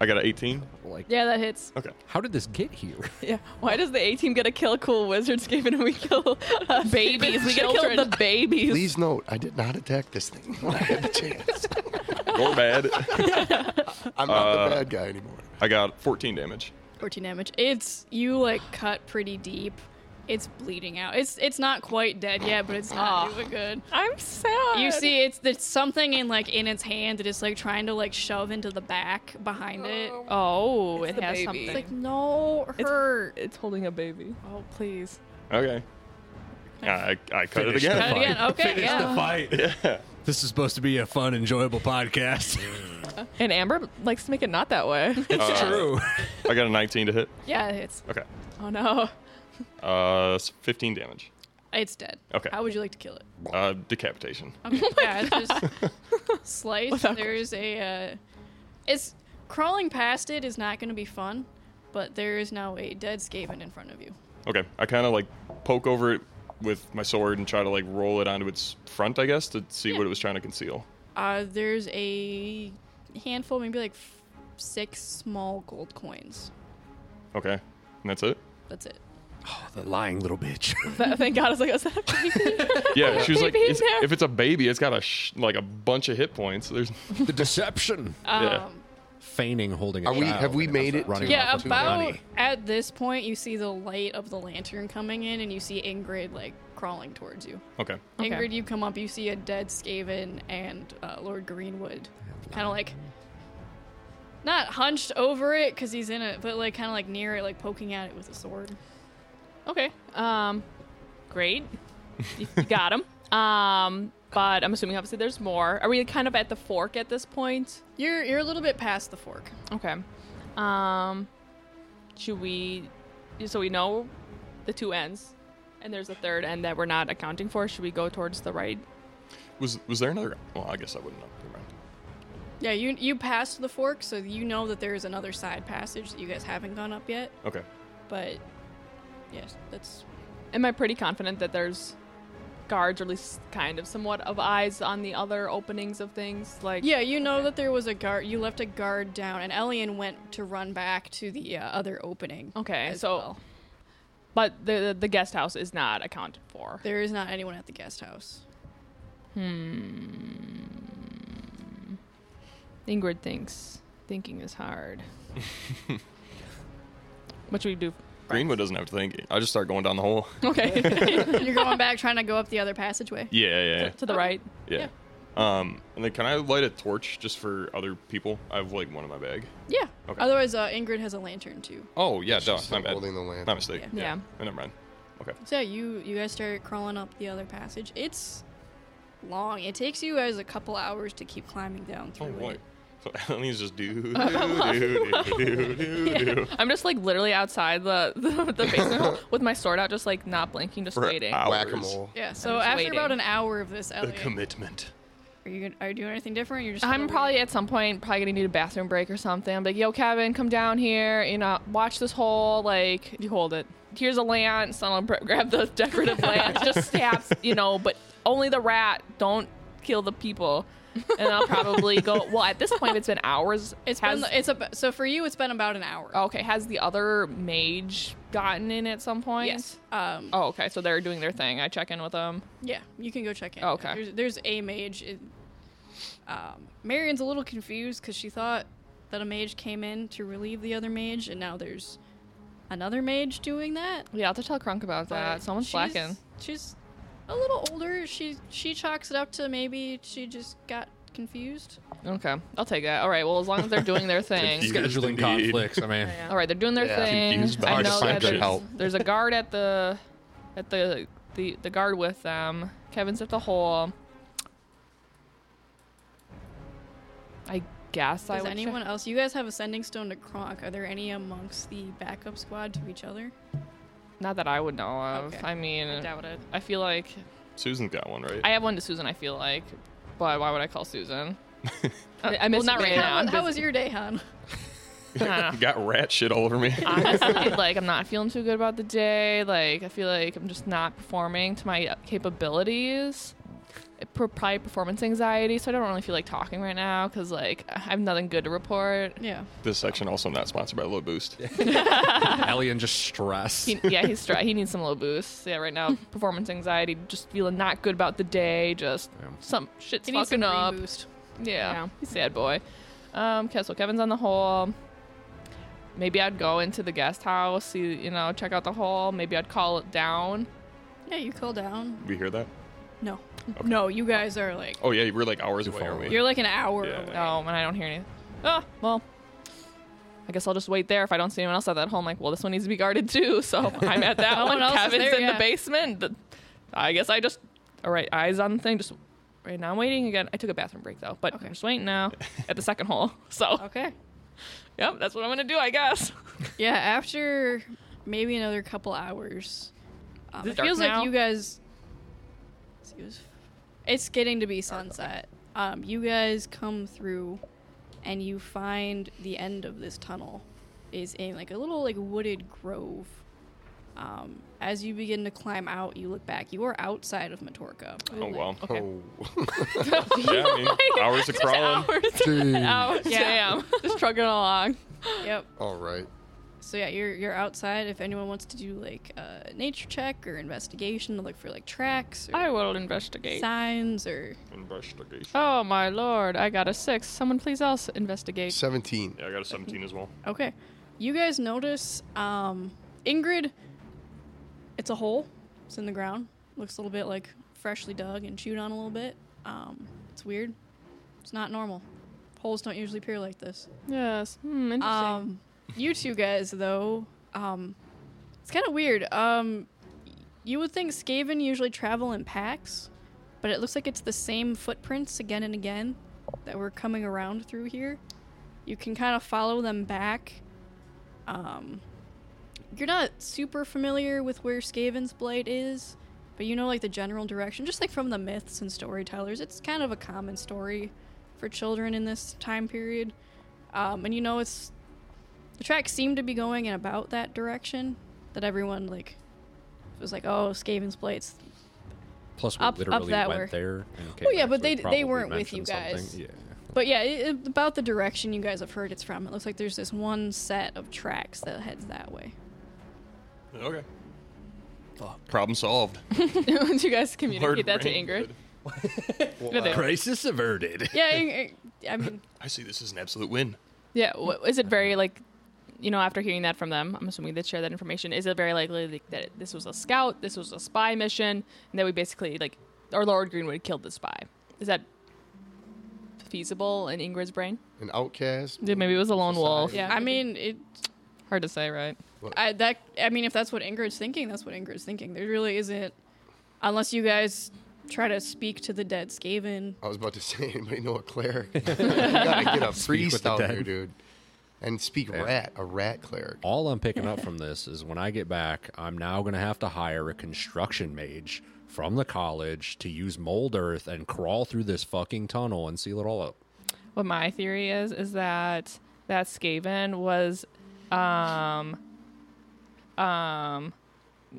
Speaker 2: I got an 18.
Speaker 1: like?
Speaker 4: yeah that hits
Speaker 2: Okay.
Speaker 1: How did this get here?
Speaker 6: Yeah. Why does the A team get to kill cool wizards given we kill uh, babies? We get to kill the babies.
Speaker 5: Please note, I did not attack this thing when I had the chance.
Speaker 2: You're bad.
Speaker 5: I'm not
Speaker 2: Uh,
Speaker 5: the bad guy anymore.
Speaker 2: I got 14 damage.
Speaker 4: 14 damage it's you like cut pretty deep it's bleeding out it's it's not quite dead yet but it's not doing good
Speaker 3: Ah.
Speaker 6: I'm sad.
Speaker 4: you see it's there's something in like in its hand that is like trying to like shove into the back behind it
Speaker 3: Oh, it
Speaker 6: the
Speaker 3: has
Speaker 6: baby.
Speaker 3: something.
Speaker 6: It's
Speaker 4: like no hurt
Speaker 6: It's holding a baby.
Speaker 3: oh, please.
Speaker 2: Okay. I, I cut
Speaker 1: Finish
Speaker 2: it
Speaker 1: the
Speaker 2: again.
Speaker 1: fight.
Speaker 4: again okay yeah
Speaker 1: fight.
Speaker 2: Yeah.
Speaker 1: This is supposed to be a fun, enjoyable podcast.
Speaker 6: And Amber likes to make it not that way.
Speaker 1: it's
Speaker 2: Uh,
Speaker 1: true.
Speaker 2: I got a 19 to hit.
Speaker 4: yeah it hits
Speaker 2: Okay.
Speaker 6: oh no.
Speaker 2: Uh, s- 15 damage.
Speaker 4: It's dead.
Speaker 2: Okay.
Speaker 4: How would you like to kill it?
Speaker 2: Uh, decapitation.
Speaker 4: Okay. yeah, it's just slice. There's a. Uh, it's crawling past it is not going to be fun, but there is now a dead Skaven in front of you.
Speaker 2: Okay. I kind of like poke over it with my sword and try to like roll it onto its front, I guess, to see what it was trying to conceal.
Speaker 4: Uh, there's a handful, maybe like f- six small gold coins.
Speaker 2: Okay. And that's it.
Speaker 4: That's it.
Speaker 1: the lying little bitch.
Speaker 6: Th- thank God. I was like, is that a baby?
Speaker 2: Yeah, she was like,
Speaker 6: Baby in
Speaker 2: it's,
Speaker 6: there.
Speaker 2: if it's a baby, it's got a sh- like a bunch of hit points. There's
Speaker 1: the deception.
Speaker 4: Um,
Speaker 2: Yeah.
Speaker 1: Feigning holding a
Speaker 5: Are we-
Speaker 1: child
Speaker 5: have we
Speaker 1: and
Speaker 5: made it
Speaker 1: running
Speaker 5: to-
Speaker 1: off
Speaker 4: Yeah,
Speaker 1: with
Speaker 4: about
Speaker 1: money.
Speaker 4: at this point, you see the light of the lantern coming in, and you see Ingrid like crawling towards you.
Speaker 2: okay.
Speaker 6: Okay.
Speaker 4: Ingrid, you come up, you see a dead Skaven and uh, Lord Greenwood, kind of like not hunched over it because he's in it, but like kind of like near it, like poking at it with a sword.
Speaker 3: Okay. Um, great. You, you got him. Um, but I'm assuming obviously there's more. Are we kind of at the fork at this point?
Speaker 4: You're you're a little bit past the fork.
Speaker 3: Okay. Um, should we? So we know the two ends, and there's a third end that we're not accounting for. Should we go towards the right?
Speaker 2: Was was there another? Well, I guess I wouldn't know. Never mind.
Speaker 4: Yeah, you you passed the fork, so you know that there is another side passage that you guys haven't gone up yet.
Speaker 2: Okay.
Speaker 4: But yes, that's
Speaker 3: Am I pretty confident that there's guards, or at least kind of somewhat of eyes on the other openings of things? Like,
Speaker 4: yeah. You know that there was a guard. You left a guard down, and Elian went to run back to the uh, other opening.
Speaker 3: Okay.
Speaker 4: as
Speaker 3: So,
Speaker 4: well.
Speaker 3: but the the guest house is not accounted for.
Speaker 4: there is not anyone at the guest house.
Speaker 3: Ingrid thinks thinking is hard. what should we do?
Speaker 2: Greenwood doesn't have to think. I just start going down the hole.
Speaker 3: Okay.
Speaker 4: You're going back, trying to go up the other passageway.
Speaker 2: Yeah, yeah,
Speaker 3: to the right.
Speaker 2: yeah. yeah. Um, and then can I light a torch just for other people? I have like one in my bag.
Speaker 4: Yeah.
Speaker 2: Okay.
Speaker 4: Otherwise, uh, Ingrid has a lantern too.
Speaker 2: Oh yeah, duh,
Speaker 5: still
Speaker 2: my bad.
Speaker 5: holding the lantern.
Speaker 2: My mistake.
Speaker 4: Yeah.
Speaker 3: Yeah.
Speaker 2: Oh, never mind. Okay.
Speaker 4: So yeah, you you guys start crawling up the other passage. It's long. It takes you guys a couple hours to keep climbing down through
Speaker 2: Oh boy.
Speaker 4: it.
Speaker 2: So Elaine's just do do do do do do
Speaker 3: I'm just like literally outside the the, the basement with my sword out, just like not blinking, just
Speaker 2: for
Speaker 3: waiting.
Speaker 2: hours.
Speaker 5: Whack a mole.
Speaker 4: Yeah. So
Speaker 3: just
Speaker 4: after
Speaker 3: waiting.
Speaker 4: about an hour of this,
Speaker 2: The
Speaker 4: Elliot,
Speaker 2: commitment.
Speaker 4: are you gonna, are you doing anything different? You're just
Speaker 3: I'm
Speaker 4: gonna
Speaker 3: probably at some point probably gonna need a bathroom break or something. I'm like, yo, Kevin, come down here. You know, watch this whole like you hold it. Here's a lance. I'll br- grab the decorative lance. Just stabs, you know, but only the rat. Don't kill the people. And I'll probably go. Well, at this point, it's been hours.
Speaker 4: It's
Speaker 3: has,
Speaker 4: been it's a so for you it's been about an hour.
Speaker 3: okay. Has the other mage gotten in at some point?
Speaker 4: yes. Um.
Speaker 3: Oh, okay. So they're doing their thing. I check in with them.
Speaker 4: Yeah. You can go check in.
Speaker 3: Oh, okay.
Speaker 4: There's, there's a mage. It- um, Marion's a little confused because she thought that a mage came in to relieve the other mage, and now there's another mage doing that.
Speaker 3: Yeah, I'll have to tell Krunk about that.
Speaker 4: but
Speaker 3: Someone's
Speaker 4: she's-
Speaker 3: slacking.
Speaker 4: She's a little older. She she chalks it up to maybe she just got confused.
Speaker 3: Okay, I'll take that. All right. Well, as long as they're doing their thing.
Speaker 2: Confused. Yes,
Speaker 1: Scheduling
Speaker 2: indeed.
Speaker 1: conflicts. I mean,
Speaker 3: All right, they're doing their
Speaker 5: Yeah.
Speaker 2: Confused
Speaker 3: thing.
Speaker 2: by
Speaker 3: I
Speaker 2: hard to
Speaker 3: know
Speaker 2: find
Speaker 3: that
Speaker 2: good
Speaker 3: there's,
Speaker 5: help.
Speaker 3: there's a guard at the at the, the the guard with them. Kevin's at the hole. I guess I
Speaker 4: Does
Speaker 3: would check-
Speaker 4: anyone else? You guys have a sending stone to Kronk. Are there any amongst the backup squad to each other?
Speaker 3: not that I would know of.
Speaker 4: Okay.
Speaker 3: I mean, I
Speaker 4: doubt it.
Speaker 3: feel like
Speaker 2: Susan's got one, right?
Speaker 3: I have one to Susan. I feel like, but why would I call Susan? I, I miss well, not right now.
Speaker 4: How,
Speaker 3: I'm
Speaker 4: how
Speaker 3: busy.
Speaker 4: was your day, hon?
Speaker 3: I don't know.
Speaker 2: got rat shit all over me.
Speaker 3: honestly, like I'm not feeling too good about the day. Like I feel like I'm just not performing to my capabilities. It pro- Probably performance anxiety, so I don't really feel like talking right now because like I have nothing good to report.
Speaker 4: Yeah.
Speaker 2: this section also not sponsored by Low Boost.
Speaker 1: Elian just stressed.
Speaker 3: He, yeah, he's stra- he needs some little boost. Yeah, right now performance anxiety, just feeling not good about the day. Just
Speaker 1: Yeah.
Speaker 3: some shit's
Speaker 4: He needs
Speaker 3: fucking
Speaker 4: some
Speaker 3: up.
Speaker 4: reboost.
Speaker 3: Yeah.
Speaker 7: Yeah.
Speaker 3: He's a sad boy. Um, okay, so Kevin's on the hole. Maybe I'd go into the guest house, see, you know, check out the hole. Maybe I'd call it down.
Speaker 4: Yeah, you cool down.
Speaker 2: we hear that?
Speaker 4: No. No, you guys are like
Speaker 2: Oh yeah, we're like hours
Speaker 1: You're
Speaker 2: away, aren't
Speaker 1: following.
Speaker 2: we?
Speaker 4: you're like an hour
Speaker 2: Yeah.
Speaker 4: away.
Speaker 3: Oh, and I don't hear anything. Ah, well, I guess I'll just wait there. If I don't see anyone else at that home, like, well, this one needs to be guarded too. So I'm at that
Speaker 4: No
Speaker 3: one.
Speaker 4: one else is
Speaker 3: Kevin's
Speaker 4: there
Speaker 3: in
Speaker 4: yet.
Speaker 3: the basement. The- I guess I just, all right, eyes on the thing. Just right now, I'm waiting again. I took a bathroom break though, but
Speaker 4: Okay.
Speaker 3: I'm just waiting now at the second hole. So,
Speaker 4: Okay.
Speaker 3: yep, that's what I'm gonna do, I guess.
Speaker 4: Yeah, after maybe another couple hours, um,
Speaker 3: it
Speaker 4: it
Speaker 3: dark
Speaker 4: feels
Speaker 3: now?
Speaker 4: like you guys. it was- It's getting to be sunset. Um, you guys come through, and you find the end of this tunnel is in like a little like wooded grove. Um, as you begin to climb out, you look back. You are outside of Matorka.
Speaker 2: Oh wow.
Speaker 5: Oh.
Speaker 2: Yeah, I mean, hours of crawling.
Speaker 3: Oh, damn. just trucking along.
Speaker 4: yep.
Speaker 5: All right.
Speaker 4: So yeah, you're you're outside. If anyone wants to do like a nature check or investigation to look for like tracks or
Speaker 3: I will investigate.
Speaker 4: signs or
Speaker 2: Investigation.
Speaker 3: Oh my lord, I got a six. Someone please else investigate.
Speaker 5: 17.
Speaker 2: Yeah, I got a 17 as well.
Speaker 4: Okay. You guys notice um Ingrid it's a hole. It's in the ground. Looks a little bit like freshly dug and chewed on a little bit. Um it's weird. It's not normal. Holes don't usually appear like this.
Speaker 3: Yes. Hmm, interesting.
Speaker 4: Um, you two guys, though, um, it's kind of weird. Um, you would think Skaven usually travel in packs, but it looks like it's the same footprints again and again that we're coming around through here. You can kind of follow them back. Um, you're not super familiar with where Skaven's Blight is, but you know, like the general direction, just like from the myths and storytellers. It's kind of a common story for children in this time period. Um, and you know, it's the tracks seemed to be going in about that direction that everyone like was like, oh, Skaven's Blade's.
Speaker 1: Plus, we
Speaker 4: Up- up
Speaker 1: literally
Speaker 4: that
Speaker 1: went
Speaker 4: way.
Speaker 1: there. And came
Speaker 4: Well, yeah,
Speaker 1: back,
Speaker 4: but
Speaker 1: so
Speaker 4: they-
Speaker 1: we
Speaker 4: they
Speaker 1: probably
Speaker 4: weren't with you
Speaker 1: mentioned something.
Speaker 4: guys.
Speaker 1: Yeah.
Speaker 4: But yeah, it, it- about the direction you guys have heard it's from. It looks like there's this one set of tracks that heads that way.
Speaker 2: Okay. Problem solved.
Speaker 3: Did you guys
Speaker 2: Word
Speaker 3: communicate that to
Speaker 2: brain
Speaker 3: Ingrid?
Speaker 2: good.
Speaker 3: No, they-
Speaker 1: Crisis averted.
Speaker 4: Yeah, I, I I mean,
Speaker 2: I see this as an absolute win.
Speaker 3: Yeah. wh- Is it very like, you know, after hearing that from them, I'm assuming they share that information. Is it very likely like, that this was a scout, this was a spy mission, and that we basically like, or Lord Greenwood killed the spy? Is that feasible in Ingrid's brain?
Speaker 5: An outcast.
Speaker 6: Yeah, maybe it was a lone wolf.
Speaker 4: I mean, it.
Speaker 6: Hard to say, right?
Speaker 4: I that I mean, if that's what Ingrid's thinking, that's what Ingrid's thinking. There really isn't, unless you guys try to speak to the dead Skaven.
Speaker 5: I was about to say, anybody know a cleric? you gotta get a priest
Speaker 1: the
Speaker 5: out here,
Speaker 1: dead.
Speaker 5: dude, and speak rat, a rat cleric.
Speaker 1: All I'm picking up from this is when I get back, I'm now going to have to hire a construction mage from the college to use mold earth and crawl through this fucking tunnel and seal it all up.
Speaker 6: What my theory is is that that Skaven was, um, um,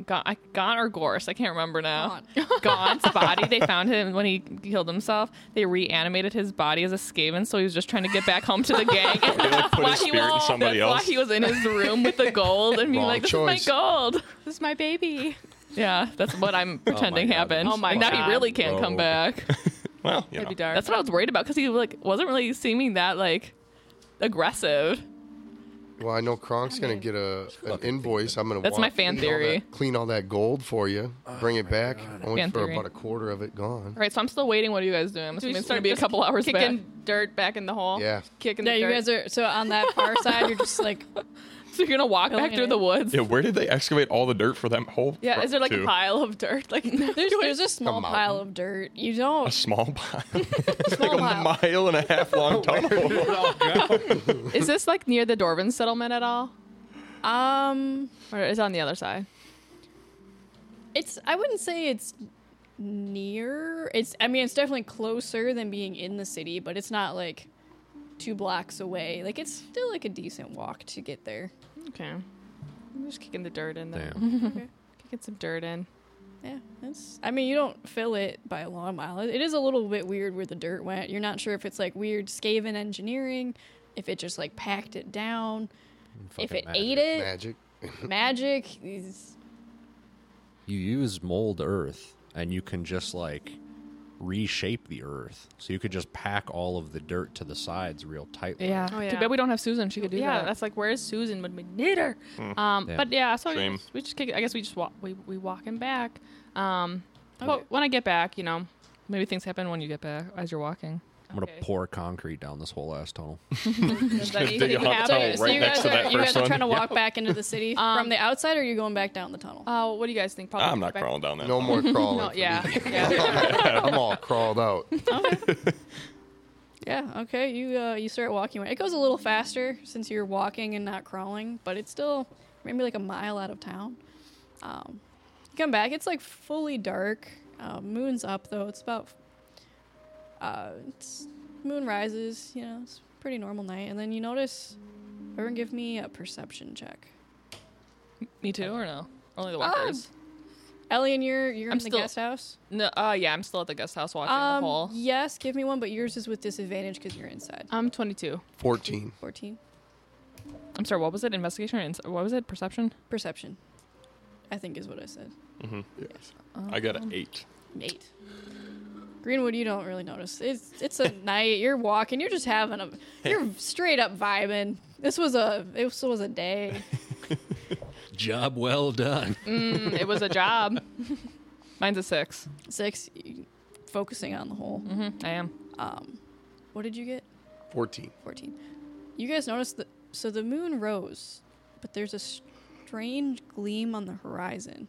Speaker 6: Gaunt, I- Gaunt or Gorse, I can't remember now. Gaunt's body. They found him when he killed himself. They reanimated his body as a Skaven, so he was just trying to get back home to the gang.
Speaker 2: They like put his spirit in somebody
Speaker 6: That's
Speaker 2: else.
Speaker 6: why he was in his room with the gold and being
Speaker 5: Wrong
Speaker 6: like, "This
Speaker 5: choice.
Speaker 6: is my gold."
Speaker 3: This is my baby.
Speaker 6: Yeah, that's what I'm pretending
Speaker 1: God.
Speaker 6: happened.
Speaker 1: Oh
Speaker 3: my
Speaker 6: And Now
Speaker 3: God.
Speaker 6: he really can't come
Speaker 1: Rogue.
Speaker 6: back.
Speaker 2: Well, you
Speaker 3: That'd be
Speaker 2: know.
Speaker 3: dark.
Speaker 6: That's what I was worried about because he like wasn't really seeming that like aggressive.
Speaker 5: Well, I know Kronk's gonna get a an invoice. I'm gonna.
Speaker 6: That's
Speaker 5: walk-
Speaker 6: my
Speaker 5: clean
Speaker 6: fan
Speaker 5: all
Speaker 6: theory.
Speaker 5: that- clean all that gold for you.
Speaker 2: Oh
Speaker 5: bring it back. Only
Speaker 6: Fan
Speaker 5: for
Speaker 6: theory.
Speaker 5: about a quarter of it gone.
Speaker 6: All right, so I'm still waiting. What are you guys doing? I'm
Speaker 3: we
Speaker 6: assuming it's
Speaker 3: start
Speaker 6: gonna be a
Speaker 3: just
Speaker 6: couple hours back.
Speaker 3: Kicking dirt back in the hole.
Speaker 5: Yeah.
Speaker 3: Kicking.
Speaker 4: Yeah,
Speaker 3: the
Speaker 4: you
Speaker 3: dirt.
Speaker 4: guys are so on that far side. You're just like
Speaker 6: So you're gonna walk back
Speaker 4: it
Speaker 6: through
Speaker 4: in.
Speaker 6: the woods.
Speaker 2: Yeah, where did they excavate all the dirt for that hole?
Speaker 3: Yeah,
Speaker 2: fro-
Speaker 3: is there like
Speaker 2: to?
Speaker 3: a pile of dirt? Like
Speaker 4: there's there's a small
Speaker 5: mountain.
Speaker 4: pile of dirt. You
Speaker 2: A
Speaker 4: don't
Speaker 2: small pile. it's like
Speaker 4: Small
Speaker 2: a
Speaker 4: pile.
Speaker 2: mile and a half long tunnel.
Speaker 6: Is this like near the Dorvin settlement at all,
Speaker 4: um.
Speaker 6: or is it on the other side?
Speaker 4: It's I wouldn't say it's near. It's I mean it's definitely closer than being in the city, but it's not like two blocks away. Like it's still like a decent walk to get there.
Speaker 6: Okay, I'm just kicking the dirt in there.
Speaker 1: Damn.
Speaker 6: Kicking some dirt in.
Speaker 4: Yeah, that's I mean you don't fill it by a long mile. It- it is a little bit weird where the dirt went. You're not sure if it's like weird Skaven engineering, if it just like packed it down, if
Speaker 1: Fucking
Speaker 4: it
Speaker 1: magic.
Speaker 4: ate it,
Speaker 5: Magic.
Speaker 4: magic. these-
Speaker 1: You use mold earth and you can just like reshape the earth. So you could just pack all of the dirt to the sides real tightly.
Speaker 6: Yeah.
Speaker 3: Oh,
Speaker 6: Too
Speaker 3: yeah.
Speaker 6: bad we don't have Susan. She could do
Speaker 3: yeah,
Speaker 6: that.
Speaker 3: that's like where is Susan when we need her? Um,
Speaker 1: Yeah.
Speaker 3: But yeah, so we
Speaker 2: Mm. Shame.
Speaker 3: just, we just kick. it- I guess we just walk. We we walking back. Um, well, when I get back, you know,
Speaker 6: Maybe things happen when you get back as you're walking.
Speaker 1: I'm going to pour concrete down this whole ass tunnel.
Speaker 3: does that
Speaker 2: dig a
Speaker 3: anything
Speaker 2: hot
Speaker 3: happen?
Speaker 2: tunnel right
Speaker 4: you
Speaker 2: next
Speaker 4: guys
Speaker 2: to
Speaker 4: are
Speaker 2: that
Speaker 4: you
Speaker 2: first
Speaker 4: guys are trying to
Speaker 2: one.
Speaker 4: walk back into the city
Speaker 3: Um,
Speaker 4: from the outside, or you're going back down the tunnel?
Speaker 3: Uh, what do you guys think? Probably
Speaker 2: I'm not
Speaker 3: back-
Speaker 2: crawling down that.
Speaker 5: No
Speaker 2: tunnel.
Speaker 5: more crawling.
Speaker 3: No,
Speaker 5: for
Speaker 3: yeah,
Speaker 5: me.
Speaker 3: yeah.
Speaker 5: I'm all crawled out.
Speaker 4: Yeah, okay. You uh, you start walking away. It goes a little faster since you're walking and not crawling, but it's still maybe like a mile out of town. Um, you come back. It's like fully dark. Uh, moon's up though. It's about uh, it's moon rises. You know, it's a pretty normal night. And then you notice. Everyone, give me a perception check.
Speaker 6: Me too, or no? Only the
Speaker 4: Ah,
Speaker 6: walkers.
Speaker 4: Ellie and you're you're
Speaker 6: I'm
Speaker 4: in the
Speaker 6: still-
Speaker 4: guest house.
Speaker 6: no. Uh, yeah, I'm still at the guest house watching the
Speaker 4: Um,
Speaker 6: hole.
Speaker 4: yes, give me one, but yours is with disadvantage because you're inside.
Speaker 6: I'm 22.
Speaker 5: 14.
Speaker 4: Fourteen
Speaker 6: I'm sorry. What was it? Investigation or ins- what was it? Perception.
Speaker 4: perception, I think is what I said.
Speaker 2: I got an eight.
Speaker 4: Nate. Greenwood, you don't really notice. It's it's a night. You're walking. You're just having a. You're straight up vibing. This was a. This was a day.
Speaker 1: Job well done.
Speaker 6: Mm, it was a job. Mine's a six.
Speaker 4: Six, you- focusing on the whole.
Speaker 6: Mm-hmm, I am
Speaker 4: Um, what did you get?
Speaker 5: Fourteen.
Speaker 4: 14. You guys notice that. So the moon rose, but there's a strange gleam on the horizon.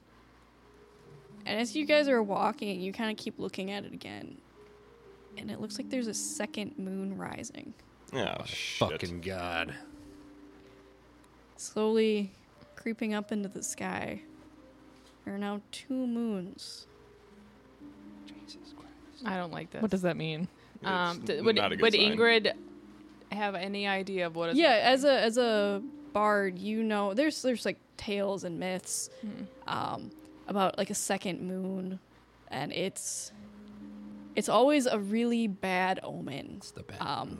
Speaker 4: And as you guys are walking, you kind of keep looking at it again. And it looks like there's a second moon rising.
Speaker 2: Yeah, shit.
Speaker 1: Fucking god.
Speaker 4: slowly creeping up into the sky. There are now two moons.
Speaker 3: I don't like this.
Speaker 6: What does that mean?
Speaker 2: It's
Speaker 3: um, d- would,
Speaker 2: not a good
Speaker 3: would
Speaker 2: sign.
Speaker 3: Ingrid have any idea of what it's
Speaker 4: Yeah, as a as a bard, you know there's there's like tales and myths um, about like a second moon, and it's it's always a really bad omen.
Speaker 1: It's the bad.
Speaker 4: Um,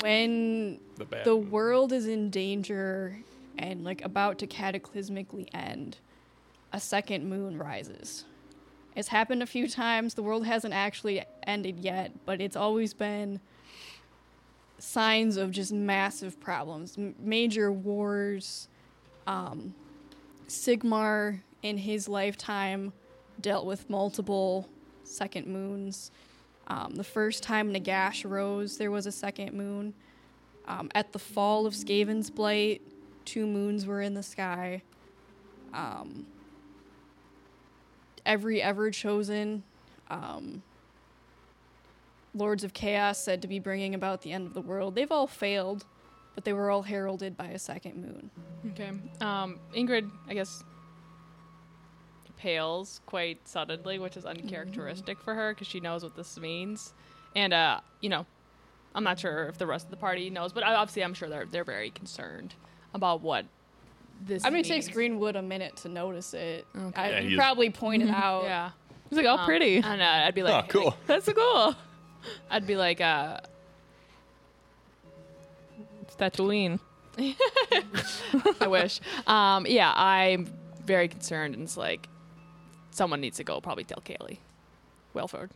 Speaker 4: when
Speaker 2: the bad.
Speaker 4: the world is in danger and like about to cataclysmically end a second moon rises it's happened a few times the world hasn't actually ended yet but it's always been signs of just massive problems m- major wars um, sigmar in his lifetime dealt with multiple second moons um, the first time nagash rose there was a second moon um, at the fall of Skaven's Blight, two moons were in the sky. Um, every ever chosen, um, Lords of Chaos said to be bringing about the end of the world. They've all failed, but they were all heralded by a second moon.
Speaker 3: Okay. Um, Ingrid, I guess, pales quite suddenly, which is uncharacteristic for her because she knows what this means. And, uh, you know, I'm not sure if the rest of the party knows, but I- obviously I'm sure they're, they're very concerned about what this
Speaker 4: I mean,
Speaker 3: means.
Speaker 4: it takes Greenwood a minute to notice it. I
Speaker 2: Yeah,
Speaker 4: you
Speaker 2: he's-
Speaker 4: probably pointed out.
Speaker 3: Yeah.
Speaker 6: It's like, oh,
Speaker 3: Um,
Speaker 6: pretty.
Speaker 3: And uh, I'd be
Speaker 2: Oh,
Speaker 3: like,
Speaker 2: cool.
Speaker 6: That's cool.
Speaker 3: I'd be like, uh,
Speaker 6: It's Tatooine.
Speaker 3: I wish. Um, yeah, I'm very concerned, and it's like someone needs to go. Probably tell Kaylee. Welford.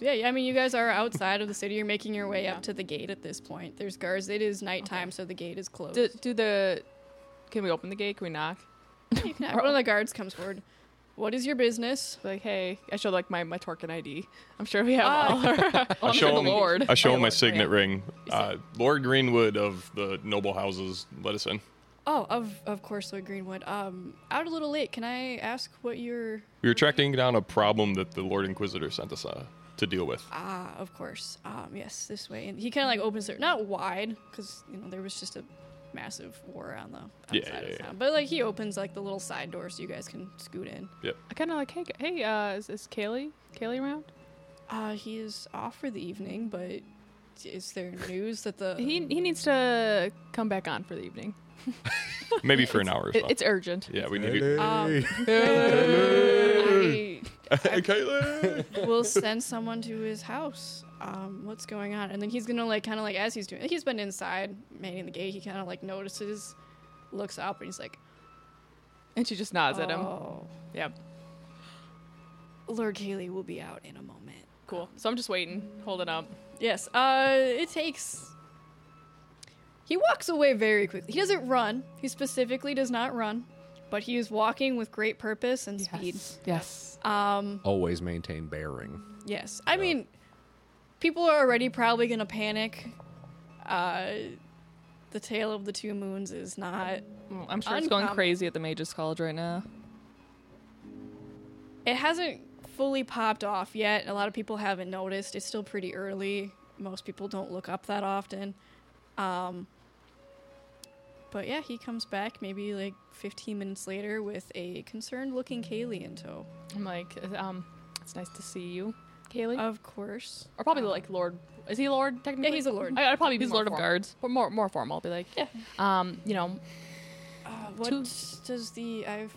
Speaker 4: Yeah, yeah, I mean, you guys are outside of the city. You're making your way up to the gate at this point. There's guards. It is nighttime, so the gate is closed.
Speaker 3: Do, do the? Can we open the gate? Can we knock?
Speaker 4: You can- One of the guards comes forward. What is your business?
Speaker 3: Like, hey, I showed like my my Torquin ID. I'm sure we have all.
Speaker 2: I
Speaker 3: I'm
Speaker 2: show
Speaker 3: sure the
Speaker 2: him,
Speaker 3: Lord.
Speaker 2: I show him my
Speaker 3: Lord,
Speaker 2: signet
Speaker 3: yeah.
Speaker 2: ring. Uh, Lord Greenwood of the noble houses, let us in.
Speaker 4: Oh, of of course, Lord Greenwood. Um, out a little late. Can I ask what your?
Speaker 2: We were tracking down a problem that the Lord Inquisitor sent us uh, to deal with.
Speaker 4: Ah, of course. Um, yes, this way. And he kind of like opens it, not wide, because you know there was just a massive war on the outside
Speaker 2: Yeah, yeah,
Speaker 4: of
Speaker 2: yeah.
Speaker 4: town. But like he opens like the little side door so you guys can scoot in.
Speaker 3: I kind of like, hey, g- hey, uh, is, is Kaylee Kaylee around?
Speaker 4: Uh, he is off for the evening, but is there news that the
Speaker 3: He he needs to come back on for the evening.
Speaker 2: Maybe for an hour or
Speaker 3: It,
Speaker 2: so.
Speaker 3: it's urgent.
Speaker 2: yeah, we need to.
Speaker 4: um, I-
Speaker 2: Hey, Caitlin!
Speaker 4: we'll send someone to his house. Um, what's going on? And then he's gonna like kind of like as he's doing, he's been inside manning the gate. He kind of like notices, looks up, and he's like,
Speaker 3: And she just nods at him.
Speaker 4: "Oh,
Speaker 3: Yep.
Speaker 4: Lord Cayley will be out in a moment."
Speaker 3: Cool. So I'm just waiting, holding up.
Speaker 4: Yes. Uh, it takes. He walks away very quickly. He doesn't run. He specifically does not run, but he is walking with great purpose and speed.
Speaker 3: Yes.
Speaker 4: Um,
Speaker 1: Always maintain bearing.
Speaker 4: Yes. I mean, people are already probably going to panic. Uh, the tale of the two moons is not.
Speaker 3: Well, Mm, I'm sure it's going
Speaker 4: Uncommon.
Speaker 3: crazy at the Mages College right now.
Speaker 4: It hasn't fully popped off yet. A lot of people haven't noticed. It's still pretty early. Most people don't look up that often. Um, but yeah, he comes back maybe like 15 minutes later with a concerned looking Kaylee in tow.
Speaker 3: I'm like, um, it's nice to see you, Kaylee.
Speaker 4: Of course.
Speaker 3: Uh, or probably like Lord. Is he Lord technically?
Speaker 4: Yeah, he's a lord.
Speaker 3: I, I'd probably be
Speaker 4: He's
Speaker 3: Lord
Speaker 4: more
Speaker 3: of
Speaker 4: formal.
Speaker 3: Guards, but more more formal. I'll be like,
Speaker 4: Yeah.
Speaker 3: Um, you know,
Speaker 4: Uh, what
Speaker 3: Two-
Speaker 4: does the I've